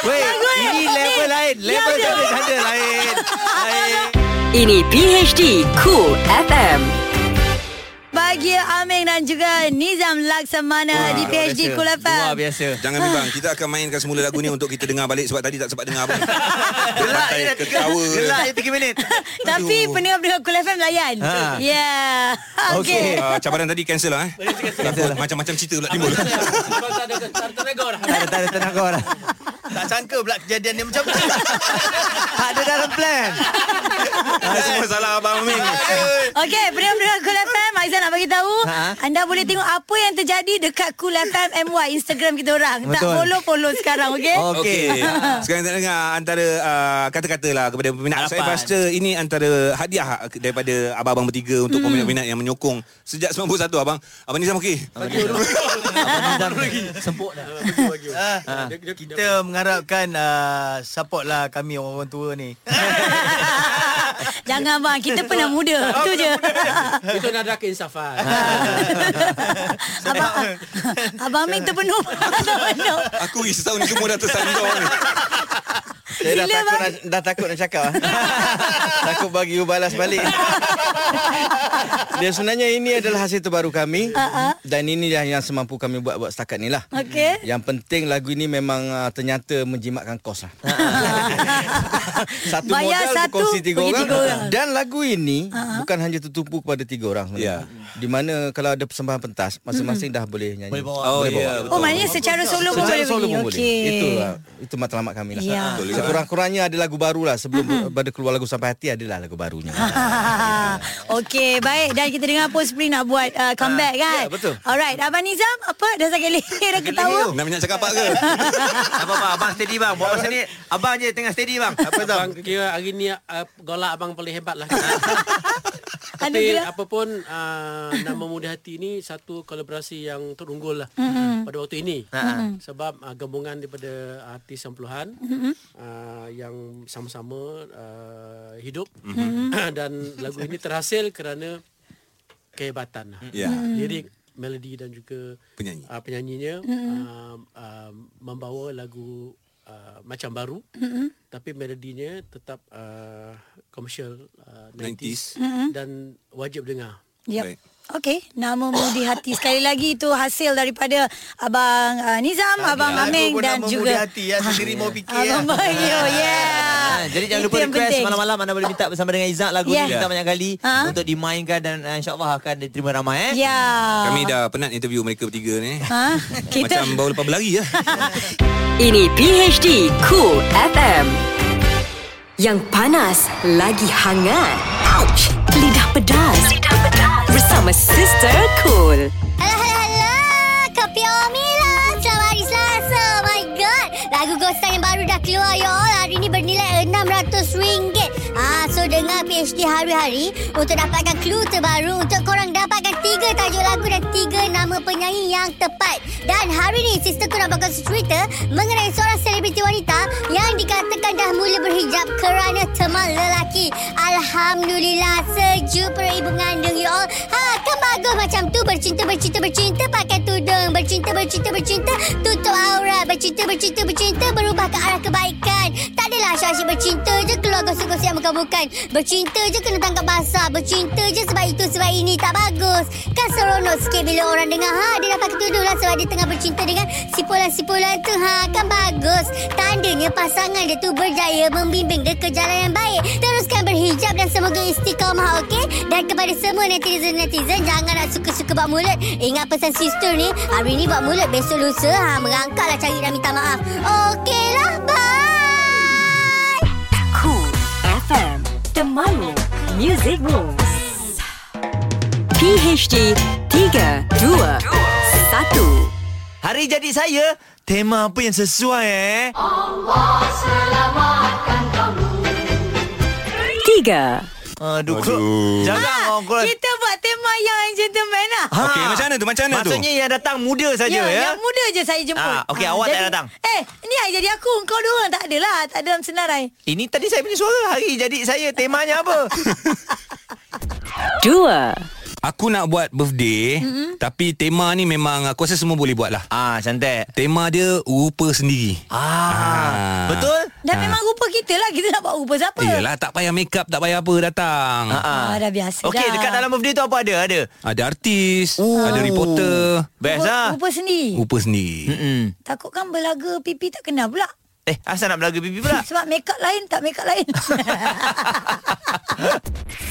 S9: Weh, ini level lain.
S1: Ya,
S9: Level janda-janda lain. Lain.
S3: Ini PHD Cool FM.
S1: Bahagia Aming dan juga Nizam Laksamana di PhD Kul FM.
S2: biasa.
S4: Ah, Jangan bimbang. Kita akan mainkan semula lagu ni untuk kita dengar balik sebab tadi tak sempat dengar balik. Gelak je. Ketawa.
S9: Gelak je 3 minit.
S1: Tapi pendengar-pendengar Kul FM layan. Ya.
S4: Ha.
S1: Yeah.
S4: Okey.
S1: Okay.
S4: Uh, cabaran tadi cancel lah eh. Takut macam-macam cerita pula timbul.
S7: Sebab tak ada tak tenaga orang.
S9: Tak ada, tak ada tenang kau lah.
S8: Tak sangka pula kejadian dia macam tu.
S9: Tak ada dalam plan.
S4: Ah, semua salah Abang Ming.
S1: Okey, pendengar-pendengar Kul FM, Aizan nak bagi tahu,
S9: Ha.
S1: anda boleh tengok apa yang terjadi dekat Kul FM MY Instagram kita orang. Tak
S9: Betul.
S1: follow-follow sekarang, okey?
S9: Okey.
S4: Okey. Sekarang kita dengar antara uh, kata-kata lah kepada peminat. Saya
S9: Harapan.
S4: rasa ini antara hadiah daripada abang-abang bertiga untuk peminat-peminat yang menyokong sejak 91 abang. Abang Nizam okey.
S9: Sempuk dah.
S8: Ah,
S6: Ha.
S8: Kita mengharapkan ah, support lah kami orang-orang tua ni.
S1: Jangan bang, kita pernah muda. Itu je.
S7: Itu nada keinsafan.
S1: Abang, Abang Ming terpenuh. terpenuh.
S4: Aku isi tahun ni semua dah tersandung ni.
S6: Saya dah
S1: Gila,
S6: takut,
S1: bang.
S6: nak, dah takut nak cakap ah. Takut bagi you balas balik Dia sebenarnya ini adalah hasil terbaru kami uh-huh. Dan ini yang, yang semampu kami buat buat setakat ni lah
S1: Okey.
S6: Yang penting lagu ini memang uh, ternyata menjimatkan kos lah Satu
S1: Bayar
S6: modal
S1: satu,
S6: berkongsi tiga
S1: pergi
S6: orang.
S1: tiga orang.
S6: Dan lagu ini uh-huh. bukan hanya tertumpu kepada tiga orang
S4: Ya.
S6: sebenarnya. Di mana kalau ada persembahan pentas masing-masing dah boleh nyanyi. Boleh
S9: bawa.
S4: Oh, ya.
S1: Oh, maknanya secara solo pun
S6: Secara
S1: boleh
S6: solo
S1: pergi.
S6: pun boleh.
S1: Okey.
S6: Itulah itu matlamat kami lah.
S1: Ya.
S4: Betul juga.
S6: Sekurang-kurangnya ada lagu baru lah sebelum mm-hmm. pada keluar lagu sampai hati adalah lagu barunya.
S1: Okey, baik. Dan kita dengar pun Spring nak buat uh, comeback kan?
S6: ya, betul.
S1: Alright, Abang Nizam, apa? Dah sakit leher dah ketawa?
S4: Nak minat cakap apa ke?
S9: Abang, abang, abang steady bang. Buat masa ni, abang je tengah steady bang. Apa tu?
S7: Abang kira hari ni uh, golak abang paling hebat lah.
S1: Anu
S7: Tapi
S1: kira-
S7: apa pun uh, Nama Muda Hati ni satu kolaborasi yang terunggul lah mm-hmm. pada waktu ini. Mm-hmm. Sebab uh, gabungan daripada artis yang puluhan mm-hmm. uh, yang sama-sama uh, hidup mm-hmm. dan lagu ini terhasil kerana kehebatan lah.
S4: Ya.
S7: Lirik, melodi dan juga
S4: Penyanyi.
S7: uh, penyanyinya mm-hmm. uh, uh, membawa lagu uh, macam baru mm-hmm. tapi melodinya tetap uh, commercial uh, 90s, 90s. Mm-hmm. dan wajib dengar.
S1: Yep.
S4: Baik.
S1: Okey, nama mudi hati sekali lagi itu hasil daripada abang uh, Nizam, abang
S8: Lagu
S1: Aming
S8: pun
S1: dan
S8: nama muda
S1: juga Ah.
S8: hati ya sendiri mau fikir ah. ya.
S1: abang Bayu.
S9: Ha,
S1: Yeah.
S9: jadi jangan
S1: Ah, Itu
S9: lupa
S1: yang
S9: request
S1: penting. Ya.
S9: malam-malam anda boleh minta bersama dengan Izzak lagu
S1: Yeah.
S9: ni minta banyak kali
S1: Ha?
S9: untuk dimainkan dan uh, insyaAllah akan diterima ramai eh.
S1: Ya.
S4: Kami dah penat interview mereka bertiga ni.
S1: Ha? Kita
S4: Macam baru lepas berlari lah.
S3: Ini PHD Cool FM. Yang panas lagi hangat. Ouch! Lidah pedas. Lidah pedas. Bersama Sister Cool.
S11: Alah, alah, alah. Kopi Omila. Selamat hari Selasa. Oh my God. Lagu Gostan yang baru dah keluar, ya all. Hari ni bernilai RM600. Ah, so dengar PhD hari-hari untuk dapatkan clue terbaru untuk korang dapatkan tiga tajuk lagu dan tiga nama penyanyi yang tepat. Dan hari ni, sisterku nak bakal cerita mengenai seorang selebriti wanita yang dikatakan dah mula berhijab kerana teman lelaki. Alhamdulillah, sejuk perut ibu mengandung, ya all. Ha, kan bagus macam tu bercinta bercinta bercinta pakai tudung bercinta bercinta bercinta tutup aurat bercinta bercinta bercinta berubah ke arah kebaikan tak adalah asyik-asyik bercinta je keluar gosip-gosip yang bukan-bukan bercinta je kena tangkap basah bercinta je sebab itu sebab ini tak bagus kan seronok sikit bila orang dengar ha dia dapat ketudung lah sebab dia tengah bercinta dengan sipulan-sipulan tu ha kan bagus tandanya pasangan dia tu berjaya membimbing dia ke jalan yang baik teruskan berhijab dan semoga istiqamah okey dan kepada semua netizen-netizen Jangan nak suka-suka buat mulut Ingat pesan sister ni Hari ni buat mulut Besok lusa ha, Merangkak lah cari dan minta maaf Okeylah Bye
S3: Cool FM. The Malu Music Rules. PHD 3, 2, 1.
S9: Hari jadi saya, tema apa yang sesuai eh?
S3: 3.
S9: Aduh, Aduh. jarang orang keluar.
S1: Ah, kita buat tema yang gentleman lah.
S9: Ha.
S4: Okey, macam mana tu? Macam mana tu?
S9: Maksudnya yang datang muda saja ya.
S1: Yang muda je saya jemput.
S9: Ah, okey, awak tak datang?
S1: Eh, ni hari jadi aku. Kau dua orang tak adalah. Tak ada dalam senarai. Ah.
S9: Ini tadi saya punya suara hari jadi saya temanya apa?
S3: Dua.
S4: Aku nak buat birthday mm-hmm.
S1: Mm-mm.
S4: Tapi tema ni memang Aku rasa semua boleh buat lah
S2: Ah cantik
S4: Tema dia rupa sendiri
S2: Ah, Betul?
S1: Dah memang rupa kita lah Kita nak buat rupa siapa
S4: Yelah tak payah make up Tak payah apa datang
S1: Ah, dah biasa
S2: Okey,
S1: dah.
S2: dekat dalam birthday tu apa ada? Ada.
S4: Ada artis Ooh. Ada reporter
S2: Best
S1: rupa,
S2: lah.
S1: rupa sendiri
S4: Rupa sendiri
S2: Mm-mm.
S1: Takut kan belaga pipi tak kena pula
S2: Eh, asal nak belaga pipi pula?
S1: Sebab make up lain tak make up lain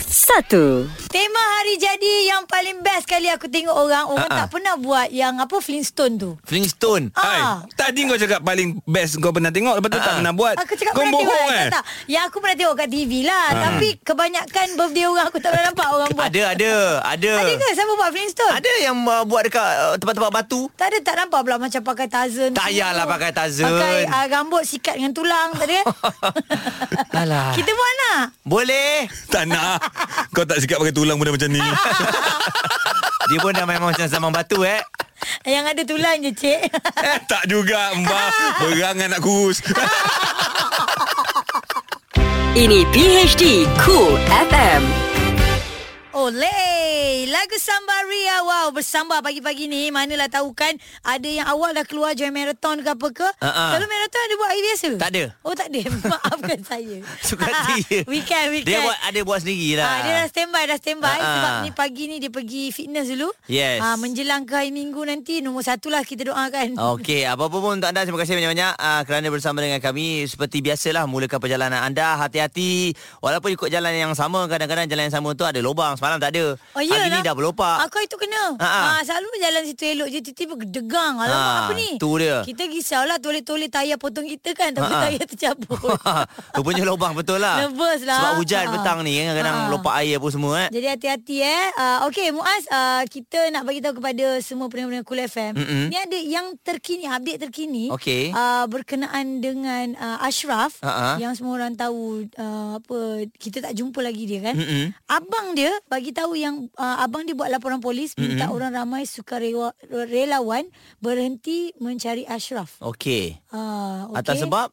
S3: Satu.
S1: Tema hari jadi yang paling best kali aku tengok orang Orang
S4: Ha-ha.
S1: tak pernah buat yang apa Flintstone tu
S2: Flintstone Ah,
S4: ah. Hai, Tadi kau cakap paling best kau pernah tengok Lepas tu tak pernah buat
S1: Aku cakap
S4: Kau
S1: pernah
S4: bohong
S1: tengok
S4: eh
S1: tak, tak. Yang aku pernah tengok kat TV lah
S4: Ha.
S1: Tapi kebanyakan birthday orang Aku tak pernah nampak orang buat
S2: Ada, ada, ada.
S1: Ada ke siapa buat Flintstone?
S2: Ada yang uh, buat dekat uh, tempat-tempat batu.
S1: Tak ada tak nampak pula Macam pakai tazen
S2: Tak
S1: semua
S2: payahlah
S1: tu.
S2: pakai tazen.
S1: Pakai uh, rambut sikat dengan tulang Tak ada kan?
S2: Alah.
S1: Kita buat nak
S2: Boleh.
S4: Tak nak. Kau tak sikap pakai tulang benda macam ni.
S2: Dia pun dah memang macam zaman batu eh.
S1: Yang ada tulang je cik
S4: Eh, tak juga Mbak Berangan nak kurus
S3: Ini PHD Cool FM.
S1: Oleh Lagu Sambar Ria Wow bersambar pagi-pagi ni Manalah tahu kan Ada yang awal dah keluar Join marathon ke apa ke
S2: Ha-ha.
S1: Kalau marathon ada buat hari biasa
S2: Ha, Tak ada.
S1: Oh tak ada Maafkan saya
S2: Suka hati dia.
S1: Weekend weekend
S2: Dia buat ada buat sendiri lah.
S1: Ah, dia dah standby dah standby
S2: Ah, ah.
S1: sebab ni pagi ni dia pergi fitness dulu.
S2: Yes.
S1: Ah, menjelang ke hari Minggu nanti nomor satu lah kita doakan.
S2: Okey, apa-apa pun untuk anda terima kasih banyak-banyak uh, kerana bersama dengan kami seperti biasalah mulakan perjalanan anda hati-hati walaupun ikut jalan yang sama kadang-kadang jalan yang sama tu ada lubang semalam tak ada.
S1: Oh,
S2: Hari ni
S1: iyalah.
S2: dah berlopak.
S1: Aku itu kena.
S2: Ha, ha.
S1: Ha, selalu jalan situ elok je tiba-tiba gedegang. Alamak
S2: Ha,
S1: apa ni?
S2: tu dia.
S1: Kita risaulah toleh-toleh tayar potong kita kan tapi
S2: Ha, ha.
S1: tayar tercabut.
S2: Rupanya lubang betul lah.
S1: Nervous lah.
S2: Sebab hujan
S1: Ha.
S2: petang ni kan? kadang-kadang
S1: Ha.
S2: lopak air apa semua eh.
S1: Jadi hati-hati eh. Uh, Okey Muaz, uh, kita nak bagi tahu kepada semua pendengar-pendengar Cool FM.
S2: Mm-mm.
S1: Ni ada yang terkini, update terkini
S2: Okey.
S1: uh, berkenaan dengan uh, Ashraf
S2: Ha-ha.
S1: yang semua orang tahu uh, apa kita tak jumpa lagi dia kan.
S2: Mm-mm.
S1: Abang dia bagi tahu yang uh, abang dia buat laporan polis minta
S2: Mm-mm.
S1: orang ramai sukarela- relawan berhenti mencari Ashraf.
S2: Okey.
S1: Uh,
S2: Atas sebab?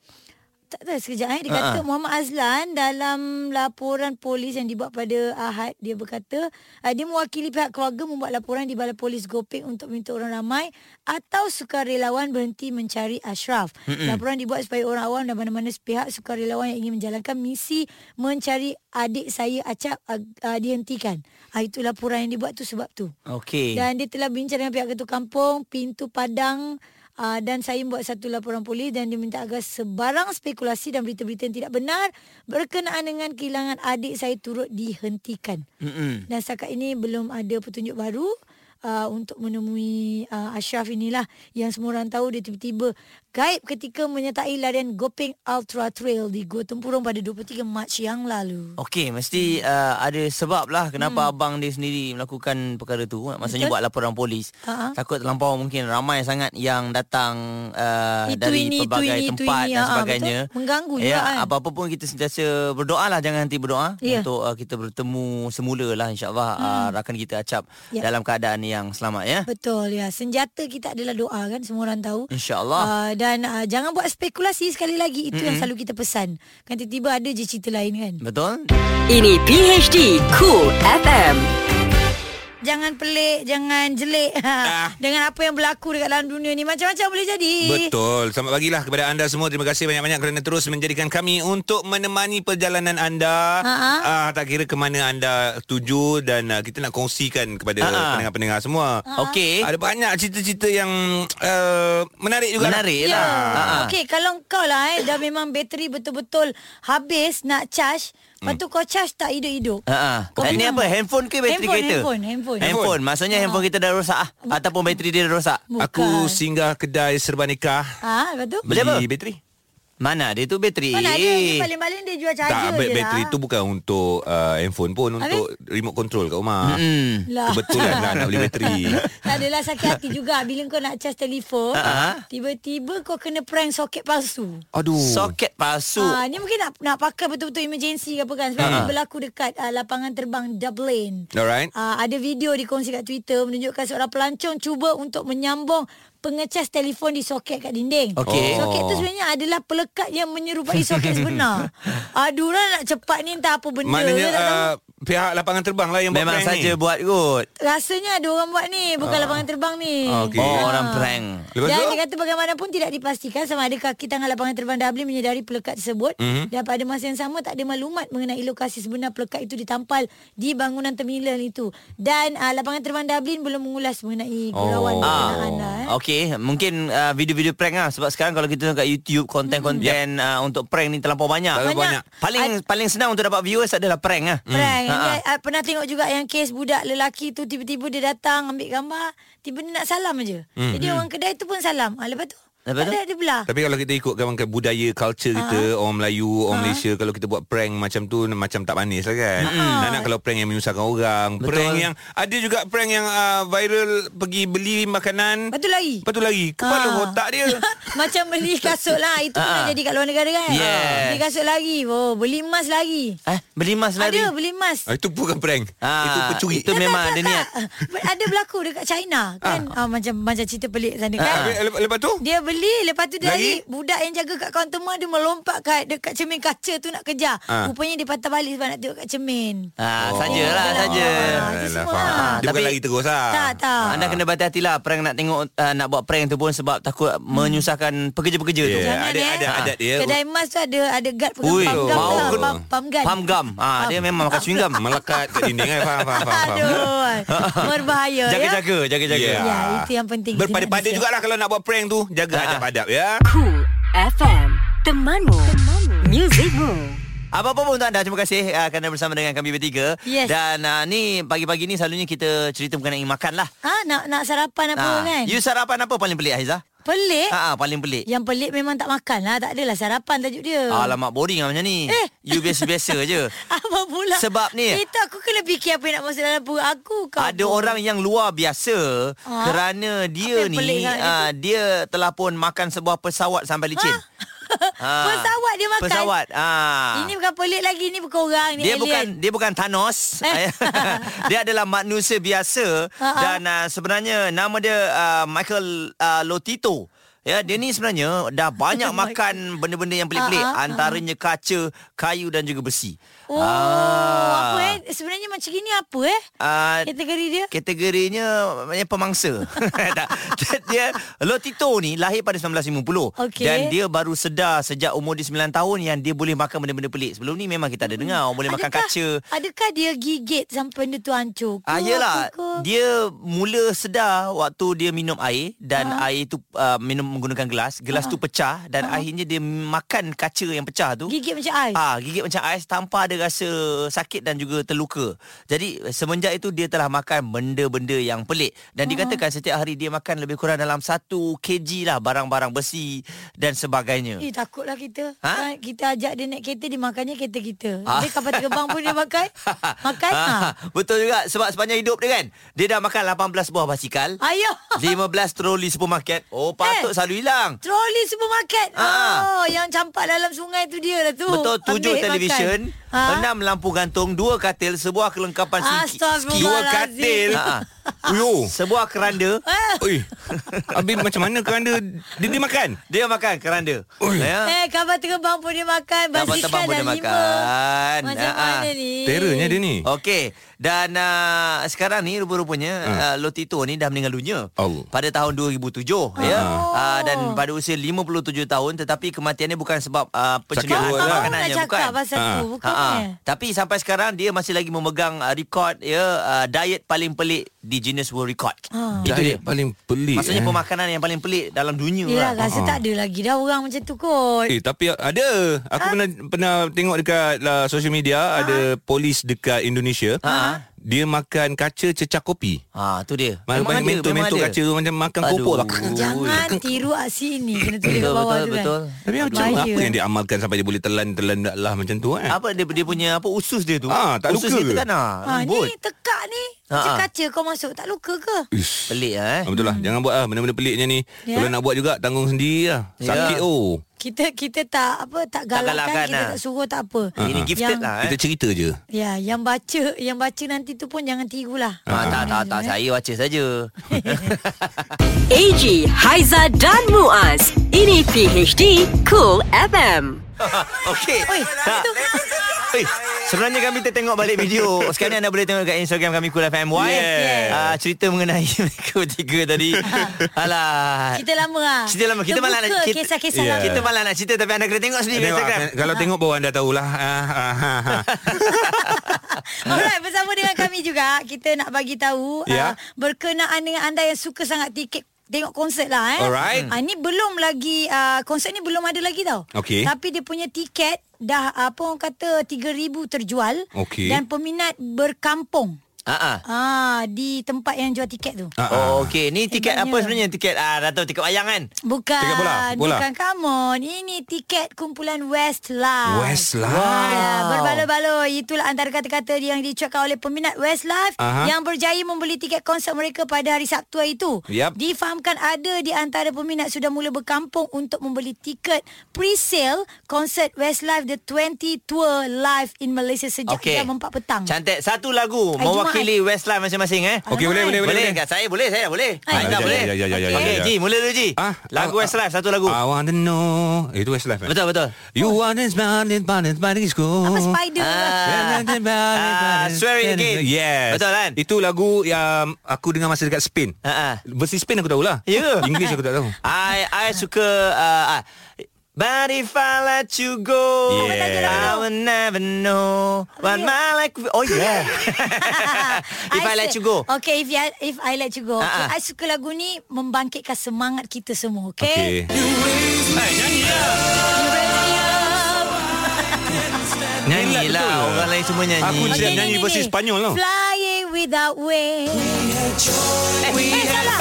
S1: tak tahu sekejap eh. Dia kata
S2: Ha-ha.
S1: Muhammad Azlan dalam laporan polis yang dibuat pada Ahad. Dia berkata uh, dia mewakili pihak keluarga membuat laporan di Balai Polis Gopek untuk minta orang ramai atau sukarelawan berhenti mencari Ashraf.
S11: Mm-mm.
S1: Laporan dibuat supaya orang awam dan mana-mana sepihak sukarelawan yang ingin menjalankan misi mencari adik saya Acap uh, uh, dihentikan. Uh, itu laporan yang dibuat tu sebab tu.
S2: Okey.
S1: Dan dia telah bincang dengan pihak ketua kampung, pintu padang uh, dan saya buat satu laporan polis dan dia minta agar sebarang spekulasi dan berita-berita yang tidak benar berkenaan dengan kehilangan adik saya turut dihentikan.
S2: Mm-mm.
S1: Dan setakat ini belum ada petunjuk baru. Uh, untuk menemui uh, Ashraf inilah yang semua orang tahu dia tiba-tiba gaib ketika menyertai larian Gopeng Ultra Trail di Gua Tempurung pada 23 Mac yang lalu.
S2: Okey, mesti
S1: Hmm.
S2: uh, ada sebab lah kenapa hmm. abang dia sendiri melakukan perkara tu. Eh, Maksudnya
S1: Betul.
S2: buat laporan polis.
S1: Ha-ha.
S2: Takut terlampau mungkin ramai sangat yang datang uh,
S1: Itu
S2: dari
S1: ini, itu
S2: pelbagai
S1: ini, itu
S2: tempat
S1: ini.
S2: dan
S1: Ha,
S2: sebagainya.
S1: betul. Mengganggu juga
S2: ya,
S1: kan.
S2: Apa-apa pun kita sentiasa berdoa lah. Jangan henti berdoa
S1: Ya. Hmm.
S2: untuk uh, kita bertemu semula lah insyaAllah uh, rakan kita acap
S1: Ya.
S2: dalam keadaan yang selamat ya.
S4: Ah.
S1: Betul ya. Senjata kita adalah doa kan semua orang tahu.
S2: InsyaAllah.
S1: Uh, dan uh, jangan buat spekulasi sekali lagi itu mm-hmm. yang
S2: Mm-mm.
S1: selalu kita pesan. Kan tiba-tiba ada je cerita lain kan.
S2: Betul?
S3: Ini PHD Cool FM.
S1: Jangan pelik, jangan jelek
S4: Ah.
S1: ha. dengan apa yang berlaku dekat dalam dunia ni macam-macam boleh jadi.
S4: Betul Selamat pagilah kepada anda semua Terima kasih banyak-banyak Kerana terus menjadikan kami Untuk menemani perjalanan anda
S1: Ha-ha.
S4: Ah, Tak kira ke mana anda tuju Dan ah, kita nak kongsikan Kepada
S2: Ha-ha.
S4: pendengar-pendengar semua
S1: Ha-ha. Okey.
S4: Ada banyak cerita-cerita yang uh, Menarik lah. juga Ah,
S2: Menarik lah.
S1: Ya. Okey, kalau kau lah eh dah memang bateri betul-betul habis nak charge, lepas
S4: Hmm.
S1: tu kau charge tak hidup-hidup.
S2: Ha
S1: Kau
S2: ah. Ni apa?
S1: memang-
S2: Handphone ke bateri
S1: Handphone,
S2: kereta?
S1: handphone, handphone.
S2: Handphone. Maksudnya handphone kita dah rosak ah ataupun bateri dia dah rosak.
S4: Aku singgah kedai serba nikah
S1: Ah, ha, lepas tu?
S4: Beli apa? bateri
S2: Mana dia tu bateri
S1: Mana ada Dia paling-paling dia jual charger
S4: Tak, ba-
S1: je
S4: bateri
S1: lah.
S4: tu bukan untuk uh, handphone pun Untuk remote control kat rumah
S1: Mm-mm. Lah.
S4: Kebetulan lah nak beli bateri
S1: Tak adalah sakit hati juga Bila kau nak charge telefon
S4: Ha-ha.
S1: Tiba-tiba kau kena prank soket palsu
S4: Aduh
S2: Soket palsu
S1: Ah, ni mungkin nak nak pakai betul-betul emergency ke apa kan Sebab
S2: Ha-ha.
S1: uh berlaku dekat uh, lapangan terbang Dublin
S4: Alright
S1: uh, Ada video dikongsi kat Twitter Menunjukkan seorang pelancong cuba untuk menyambung pengecas telefon di soket kat dinding
S11: Okey.
S1: Soket tu
S11: Oh.
S1: sebenarnya adalah pelekat yang menyerupai soket sebenar Aduh lah nak cepat ni entah apa benda
S4: Maknanya
S1: tak tahu.
S4: uh, pihak lapangan terbang lah yang buat
S2: Memang
S4: prank ni.
S2: saja buat kot.
S1: Rasanya ada orang buat ni Bukan lapangan terbang ni
S2: Okey. Oh, orang prank. Lepas
S1: Dan
S2: tu?
S1: dia kata bagaimanapun tidak dipastikan sama ada kaki tangan lapangan terbang Dublin menyedari pelekat tersebut
S2: Mhm.
S1: dan pada masa yang sama tak ada maklumat mengenai lokasi sebenar pelekat itu ditampal di bangunan terminal itu dan uh, lapangan terbang Dublin belum mengulas mengenai gurauan oh. berkenaan lah,
S2: Ah.
S1: eh.
S2: Okey, mungkin uh, video-video prank lah sebab sekarang kalau kita tengok kat YouTube
S4: Hmm.
S2: konten-konten uh, untuk prank ni terlampau banyak.
S1: Terlalu Banyak. banyak.
S2: Paling paling senang untuk dapat viewers adalah prank lah.
S1: Prank
S2: Ha,
S1: Ini,
S2: ha.
S1: uh, Pernah tengok juga yang kes budak lelaki tu Tiba-tiba dia datang ambil gambar Tiba dia nak salam aja
S4: Hmm.
S1: Jadi
S4: Hmm.
S1: orang kedai tu pun salam ah, Lepas tu
S4: Lepas
S1: tak
S4: tu?
S1: ada dia belah
S4: Tapi kalau kita ikut gambarkan budaya culture kita orang Melayu, orang
S1: Ha.
S4: Malaysia kalau kita buat prank macam tu macam tak manis lah kan.
S2: Mm-mm.
S4: Tak nak kalau prank yang menyusahkan orang, Betul. prank yang ada juga prank yang uh, viral pergi beli makanan.
S1: Betul lagi.
S4: Betul lagi. Kepala
S1: Ah.
S4: otak dia.
S1: Macam beli kasut lah Itu pun
S4: Ah.
S1: dah jadi kat luar negara kan
S4: Yes.
S1: Beli kasut lagi oh, Beli emas lagi
S2: Eh, beli emas Ah,
S1: lagi Ada beli emas
S4: Ah, itu bukan prank. itu pencuri.
S2: itu memang ada niat.
S1: Ber- Ada berlaku dekat China Kan ah. Macam macam cerita pelik sana kan
S4: Ah. Lepas- lepas tu?
S1: Dia beli Lepas tu dia
S4: Lagi?
S1: lagi Budak yang jaga kat kaunter mall Dia melompat kat Dekat cermin kaca tu nak kejar
S4: Ah.
S1: Rupanya dia patah balik Sebab nak tengok kat cermin
S2: Ah, oh. sajalah saja.
S4: Alah, faham. Dia bukan lari terus lah.
S1: Ah, Tak, tak.
S2: Anda kena berhati-hatilah prank nak tengok uh, nak buat prank tu pun sebab takut menyusahkan pekerja-pekerja tu.
S4: Yeah, Jangan, ada- eh. ada adat dia.
S1: Hmm. Kedai emas tu ada Ada guard pegang
S2: Ya, oh. Ui,
S1: pam gam
S2: mau
S1: lah
S2: kena.
S1: Pam, pam gam
S2: Pam gam. Ah, dia memang makan chewing gum.
S4: Melekat kat dinding kan. Faham, faham, faham. faham.
S1: Aduh Berbahaya ya
S2: Jaga-jaga, jaga-jaga. Ah.
S1: Ya, itu yang penting.
S4: Berpada-pada jugalah kalau nak buat prank tu. Jaga adab-adab ya.
S3: Cool FM Temanmu Musicmu
S2: Apa-apa pun untuk anda Terima kasih uh, Kerana bersama dengan kami bertiga
S1: Yes.
S2: Dan uh, ni Pagi-pagi ni selalunya kita Cerita mengenai makan lah
S1: Ah, nak nak sarapan apa
S2: Ah,
S1: kan? Eh? Ya.
S2: You sarapan apa paling pelik Haizah?
S1: Pelik.
S2: Ha, paling pelik
S1: Yang pelik memang tak makan lah. Tak adalah sarapan tajuk dia.
S2: Alamak boring lah macam ni
S1: Eh.
S2: You biasa-biasa je
S1: Apa pula?
S2: Sebab ni-
S1: Itu aku kena fikir apa yang nak masuk dalam perut aku. Kau
S2: Ada orang yang luar biasa
S1: Ah.
S2: Kerana dia
S1: Apa yang pelik
S2: ni
S1: sangat
S2: uh, Dia telah pun makan sebuah pesawat sampai licin ha.
S1: Ah. Pesawat dia makan?
S2: Pesawat ah.
S1: Ini bukan pelik lagi. Ini bukan orang. Ini
S2: dia
S1: alien.
S2: bukan dia bukan Thanos. dia adalah manusia biasa
S1: Ha, ha.
S2: dan uh, sebenarnya nama dia uh, Michael uh, Lotito. Ya, dia ni sebenarnya dah banyak makan benda-benda yang pelik-pelik
S1: Ha, ha, ha.
S2: antaranya kaca, kayu dan juga besi.
S1: Oh,
S2: Ah.
S1: apa eh? Sebenarnya macam gini apa eh?
S2: Uh,
S1: Kategori dia?
S2: Kategorinya maknanya pemangsa. tak. Dia Lotito ni lahir pada 1950
S1: Okey.
S2: dan dia baru sedar sejak umur dia 9 tahun yang dia boleh makan benda-benda pelik. Sebelum ni memang kita ada dengar orang boleh makan
S1: Adakah-
S2: kaca.
S1: Adakah dia gigit sampai benda tu hancur? ke
S2: Ah yalah,
S1: apa ke?
S2: dia mula sedar waktu dia minum air dan
S1: Ah.
S2: air tu uh, minum menggunakan gelas, gelas
S1: Ah.
S2: tu pecah dan
S1: Ah.
S2: akhirnya dia makan kaca yang pecah tu.
S1: Gigit macam ais?
S2: Ah, gigit macam ais tanpa ada rasa sakit dan juga terluka. Jadi semenjak itu dia telah makan benda-benda yang pelik
S1: Ha.
S2: dan dikatakan setiap hari dia makan lebih kurang dalam 1 kg lah barang-barang besi dan sebagainya.
S1: Eh takutlah kita
S2: Hmm. Ha?
S1: ha? Kita ajak dia naik kereta Dia makannya kereta kita
S2: Ah.
S1: ha? Dia kapal terbang pun dia makan Makan ha?
S2: Ah, Betul juga sebab sepanjang hidup dia kan dia dah makan 18 buah basikal.
S1: Ayuh
S2: 15 troli supermarket. Oh patut
S1: Eh.
S2: selalu hilang.
S1: Troli supermarket
S2: Ah.
S1: Oh Yang campak dalam sungai tu dia lah tu
S2: Betul tujuh
S1: Ambil Ha?
S2: televisyen,
S1: makan. Ah.
S2: enam lampu gantung, dua katil, sebuah kelengkapan ski. ski.
S1: Astagfirullahalazim.
S2: Ha.
S4: Uyo.
S2: Sebuah keranda.
S1: Ah.
S4: Oi. Habis macam mana keranda dia, dia makan?
S2: Dia makan keranda. Ya.
S1: Eh kapal terbang pun dia makan
S2: Abang
S1: Basikal
S2: terbang
S1: dah
S2: boleh
S1: lima
S2: makan.
S1: Macam
S2: Ha, ha.
S1: mana ni?
S4: Teranya dia ni.
S2: Okey. Dan uh, sekarang ni rupa-rupanya uh, Lotito ni dah meninggal dunia.
S4: Hmm. Allah.
S2: Pada tahun 2007
S1: Oh.
S2: ya. Uh, dan pada usia 57 tahun tetapi kematiannya bukan sebab uh,
S1: Kau
S2: penceriaan
S4: lah.
S1: tak mahu
S2: makanannya
S1: nak
S2: bukan.
S1: cakap
S4: Ha.
S1: pasal tu Bukan
S2: Ha-ha.
S1: eh
S2: Tapi sampai sekarang dia masih lagi memegang uh, rekod ya uh, diet paling pelik di Guinness World Record.
S1: Ha.
S2: Itu dia.
S4: paling pelik.
S2: Maksudnya
S4: eh.
S2: pemakanan yang paling pelik dalam dunia
S1: Yelah
S2: lah.
S1: rasa tak ada lagi dah orang macam tu kot
S4: Eh tapi ada Aku
S1: Ah.
S4: ha? pernah pernah tengok dekat lah, social media ha? Ada polis dekat Indonesia ha?
S1: Ah.
S4: Dia makan kaca cecah kopi
S2: Ha tu dia
S4: Memang
S2: ada,
S4: mentor,
S2: memang
S4: mentor
S2: ada.
S4: kaca tu Macam makan kopok lah
S1: Jangan Ah, tiru aksi ni Kena tulis kat
S2: Betul,
S1: bawah
S2: betul,
S1: tu
S2: betul.
S1: kan
S4: Tapi macam mana
S1: Bahaya.
S4: apa yang diamalkan Sampai dia boleh telan-telan lah macam tu kan
S2: Apa dia, dia punya apa usus dia tu?
S4: Ah, tak
S2: usus
S4: luka
S2: dia
S4: ke?
S2: tekan ah.
S1: Ha,
S2: Lembut.
S1: ni tekak ni
S2: Ah,
S4: Ha,
S1: Macam
S4: ha.
S1: kaca kau masuk Tak luka ke?
S2: Pelik lah eh.
S4: Ah, betul lah Jangan buat lah Benda-benda peliknya ni
S1: Ya.
S4: Kalau nak buat juga Tanggung sendiri lah
S2: Ya.
S4: Sakit oh
S1: Kita kita tak apa tak galakkan,
S4: galakkan,
S1: kita
S2: lah.
S4: ah.
S1: tak suruh tak apa.
S4: Ah, ah.
S1: yang,
S2: eh.
S4: Kita cerita je
S1: Ya, yang baca yang baca nanti tu pun jangan lah. tirulah.
S2: Ah, tak, tak, tak. Saya baca saja.
S3: AG Haiza dan Muaz Ini PHD Cool FM
S2: Ha, Okey.
S1: Oi,
S2: tak. Oi, Eh, sebenarnya kami tertengok balik video. Sekarang ni anda boleh tengok kat Instagram kami Cool FM Y.
S11: Yeah.
S2: Ah, cerita mengenai mereka bertiga tadi. Alah.
S1: Cerita lama lah.
S2: Cerita lama Kita malah nak
S1: Terbuka
S2: kita,
S1: kisah-kisah
S4: Yeah.
S1: lama.
S2: Kita malah nak cerita Tapi anda kena tengok sendiri
S4: Tengok,
S2: Instagram Ah,
S4: kalau tengok baru anda tahulah. Ah, ah, ah, ah.
S1: Alright, bersama dengan kami juga kita nak bagi tahu
S4: Ya.
S1: yeah. uh, berkenaan dengan anda yang suka sangat tiket tengok konsert lah eh.
S4: Alright.
S1: Uh, ni belum lagi uh, konsert ni belum ada lagi tau.
S4: Okey.
S1: Tapi dia punya tiket dah ah, apa orang kata 3000 terjual
S4: Okey.
S1: dan peminat berkampung.
S2: Ah,
S1: Ah di tempat yang jual tiket tu.
S2: ah. Oh okey Ni tiket
S1: Hebatnya.
S2: apa sebenarnya Tiket ah, Dato' tiket wayang kan
S1: Bukan
S2: Tiket bola, bola.
S1: Bukan come on Ini tiket kumpulan Westlife
S2: Westlife.
S1: Ya,
S2: Wow.
S1: Berbaloi-baloi Itulah antara kata-kata Yang dicuatkan oleh peminat Westlife
S4: Aha.
S1: Yang berjaya membeli tiket konsert mereka Pada hari Sabtu hari itu
S4: Yap.
S1: Difahamkan ada di antara peminat Sudah mula berkampung Untuk membeli tiket Pre-sale Konsert Westlife The 20 Tour Live in Malaysia Sejak
S2: Okey.
S1: okay. jam 4 petang
S2: Cantik Satu lagu
S1: Hari
S2: Mewakili Westlife masing-masing eh
S4: Ah, Okey, boleh, boleh, boleh,
S2: Boleh
S4: boleh.
S2: kat saya boleh Saya dah boleh
S4: Ah,
S2: Dah
S4: jap,
S2: boleh
S4: jap, jap, jap, jap,
S2: Okey
S4: jap.
S2: Ji mula dulu Ji
S4: Ah,
S2: Lagu
S4: ya. ah,
S2: Westlife Satu lagu
S4: I want to know. Itu Westlife. eh?
S2: Betul Ah. betul
S4: You want this mountain, mountain, mountain school.
S1: Apa spider
S2: Ah. Ah, Swear it again
S4: Yes
S2: Betul kan
S4: Itu lagu yang Aku dengar masa dekat Spain
S2: Ah, ah.
S4: Versi Spain aku tahulah
S2: Ya.
S4: English aku tak tahu
S2: I I suka uh, uh, But if I let you go
S4: Yeah.
S2: I will never know What my life will- Oh yeah If I let
S1: su-
S2: you go
S1: Okay if, I, if I let you go okay,
S2: Ah, ah.
S1: I suka lagu ni Membangkitkan semangat kita semua Okay, okay.
S4: Okay
S2: Nyanyi lah Orang lain semua nyanyi
S4: Aku
S1: Okey,
S4: siap
S1: ni,
S4: nyanyi
S1: ni,
S4: versi
S1: ni.
S4: Spanyol lah. tau
S1: Flying without wings. Eh, eh, salah.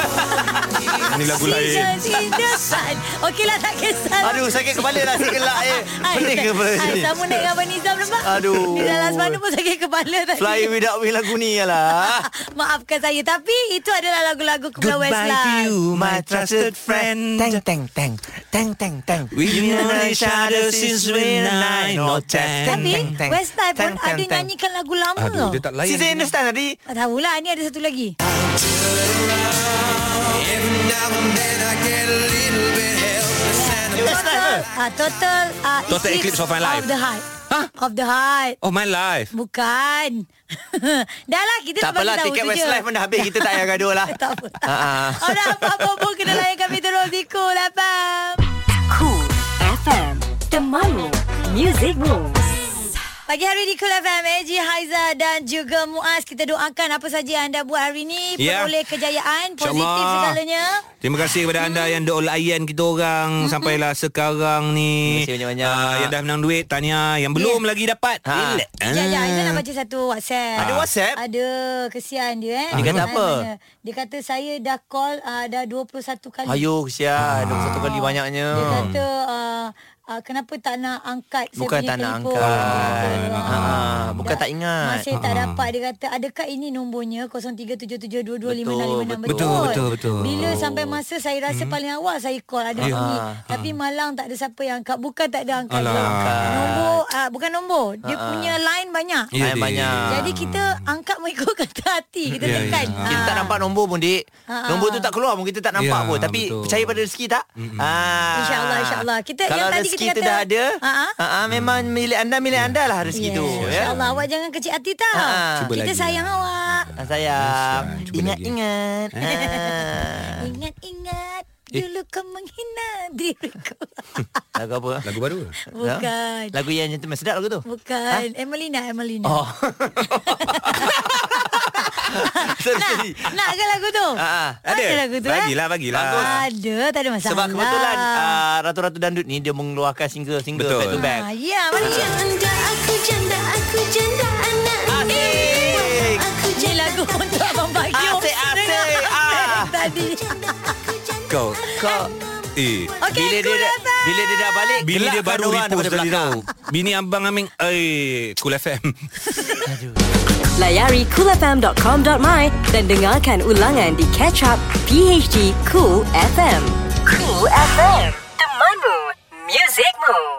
S4: Ini lagu lain
S1: Seasons in the sun. Okeylah, lah, tak kisah.
S2: Aduh sakit kepala lah Saya gelak eh
S1: Hai,
S2: Pening ke kepala
S1: hai,
S2: ni
S1: sama naik dengan Abang Nizam nampak?
S2: Aduh.
S1: Nizam Lasmana pun sakit kepala tadi.
S2: Fly without me lagu ni lah
S1: Maafkan saya. Tapi itu adalah lagu-lagu kumpulan Westlife.
S2: my trusted friend Tang tang tang Tang tang tang
S4: We've known each other since we're nine or ten.
S1: Tapi Westlife pun ada nyanyikan lagu lama
S4: Aduh
S1: tau.
S4: dia tak layan
S2: Sisi Hindustan tadi
S1: Tak tahulah, ni ada satu lagi. Total, ah, total, ah,
S4: Total Eclipse of My Life.
S1: Of the Heart. Of the Heart.
S4: Oh my life
S1: Bukan. Dah lah, kita
S2: Tak
S1: nak bagi
S2: apalah
S1: tahu
S2: Tiket
S1: tu je.
S2: Westlife pun dah habis Kita tak payah gaduh lah
S1: tak apa.
S2: Ah, ah.
S1: Orang apa-apa pun kena layan kami terus di Cool FM.
S3: Cool FM Temanmu Music Moves
S1: Pagi hari di Cool FM, AG Haiza dan juga Muaz. Kita doakan apa saja anda buat hari ini.
S4: Ya.
S1: Peroleh kejayaan, positif
S4: InsyaAllah.
S1: segalanya.
S4: Terima kasih kepada anda
S2: Hmm.
S4: yang dok layan kita orang sampailah sekarang ni.
S2: Terima kasih banyak-banyak. Ya.
S4: Ah, yang dah menang duit tanya, yang belum lagi dapat.
S2: Ha.
S4: relax.
S1: Sekejap, sekejap. Aizah nak
S4: Ah.
S1: baca satu WhatsApp.
S2: Ada WhatsApp?
S1: Ada. Kesian dia eh.
S2: Dia kata
S1: Mana,
S2: apa?
S1: mana. Dia kata saya dah call uh, dah 21 kali.
S2: Ayo kesian ah. Satu kali banyaknya
S1: Dia kata uh, uh, kenapa tak nak angkat saya
S2: Bukan
S1: punya
S2: tak nak
S1: telefon?
S2: angkat.
S1: Dia kata,
S2: Ah,
S1: ah,
S2: bukan tak ingat. Ah.
S1: Masih tak dapat Dia kata adakah ini nombornya
S2: Betul,
S1: 0377225656
S4: betul, betul, betul.
S1: Bila sampai masa saya rasa paling awal saya call ada bunyi Tapi malang tak ada siapa yang angkat Bukan tak ada angkat
S4: Alah.
S1: Zam.
S2: Ah.
S1: Nombor uh, bukan nombor Dia punya line banyak
S4: Ya, dia.
S2: Lain banyak
S1: Jadi kita angkat mengikut kata hati Kita
S4: Ya,
S1: tekan
S4: ya.
S2: Kita
S1: Ah.
S2: tak nampak nombor pun dik
S1: Ha,
S2: Nombor
S1: ha.
S2: tu tak keluar pun Kita tak nampak
S4: Ya,
S2: pun Tapi
S4: betul.
S2: percaya pada rezeki tak? Ah.
S1: InsyaAllah, insyaAllah. Kita-
S2: Kalau
S1: yang tadi
S2: rezeki
S1: kita
S2: tu
S1: kata-
S2: dah ada
S1: Ha, ha.
S2: ha,
S4: Hmm.
S2: ha, Memang milik anda Milik anda lah rezeki
S1: Yes.
S2: tu ya?
S1: InsyaAllah awak jangan kecil hati tau
S2: Ha, ha.
S4: Cuba
S1: Kita
S4: lagi.
S1: sayang awak
S2: Ah, Sayang
S4: Yes, Ya, cuba lagi. Ah.
S2: Ingat-ingat Ha.
S1: Ingat-ingat
S4: Eh.
S1: Dulu kau menghina diriku
S2: Lagu apa?
S4: Lagu baru. ke?
S1: Bukan.
S2: Lagu yang gentleman Sedap lagu tu
S1: Bukan Emelina Emelina
S2: Oh Sorry,
S1: Nak
S2: sorry.
S1: Nak ke lagu tu
S2: Ha, ha.
S1: Ada lagu tu eh?
S4: Bagilah, bagilah.
S1: Ada tak ada masalah
S2: Sebab kebetulan ah, Ratu-ratu dandut ni Dia mengeluarkan single-single
S4: Betul.
S2: Back to back
S1: ah, Ya mana dia
S9: Janda aku janda aku janda anak
S2: Asik
S9: Aku
S1: Ini lagu untuk Abang Bagio
S2: Asik, asik,
S1: Dengar
S2: ah.
S1: Tadi
S4: Kau.
S2: Kau
S4: Eh.
S1: Okay
S2: bila dia
S1: Cool
S2: dah,
S1: FM
S2: bila dia dah balik
S4: Bini dia
S2: gelakkan
S4: baru
S2: orang
S4: repost
S2: daripada
S4: tadi
S2: belakang.
S4: tau. Bini abang Aming. Eh, Cool FM.
S3: Layari coolfm.com.my Dan dengarkan ulangan di Catch Up PHD Cool FM Cool FM Temanmu Music Moves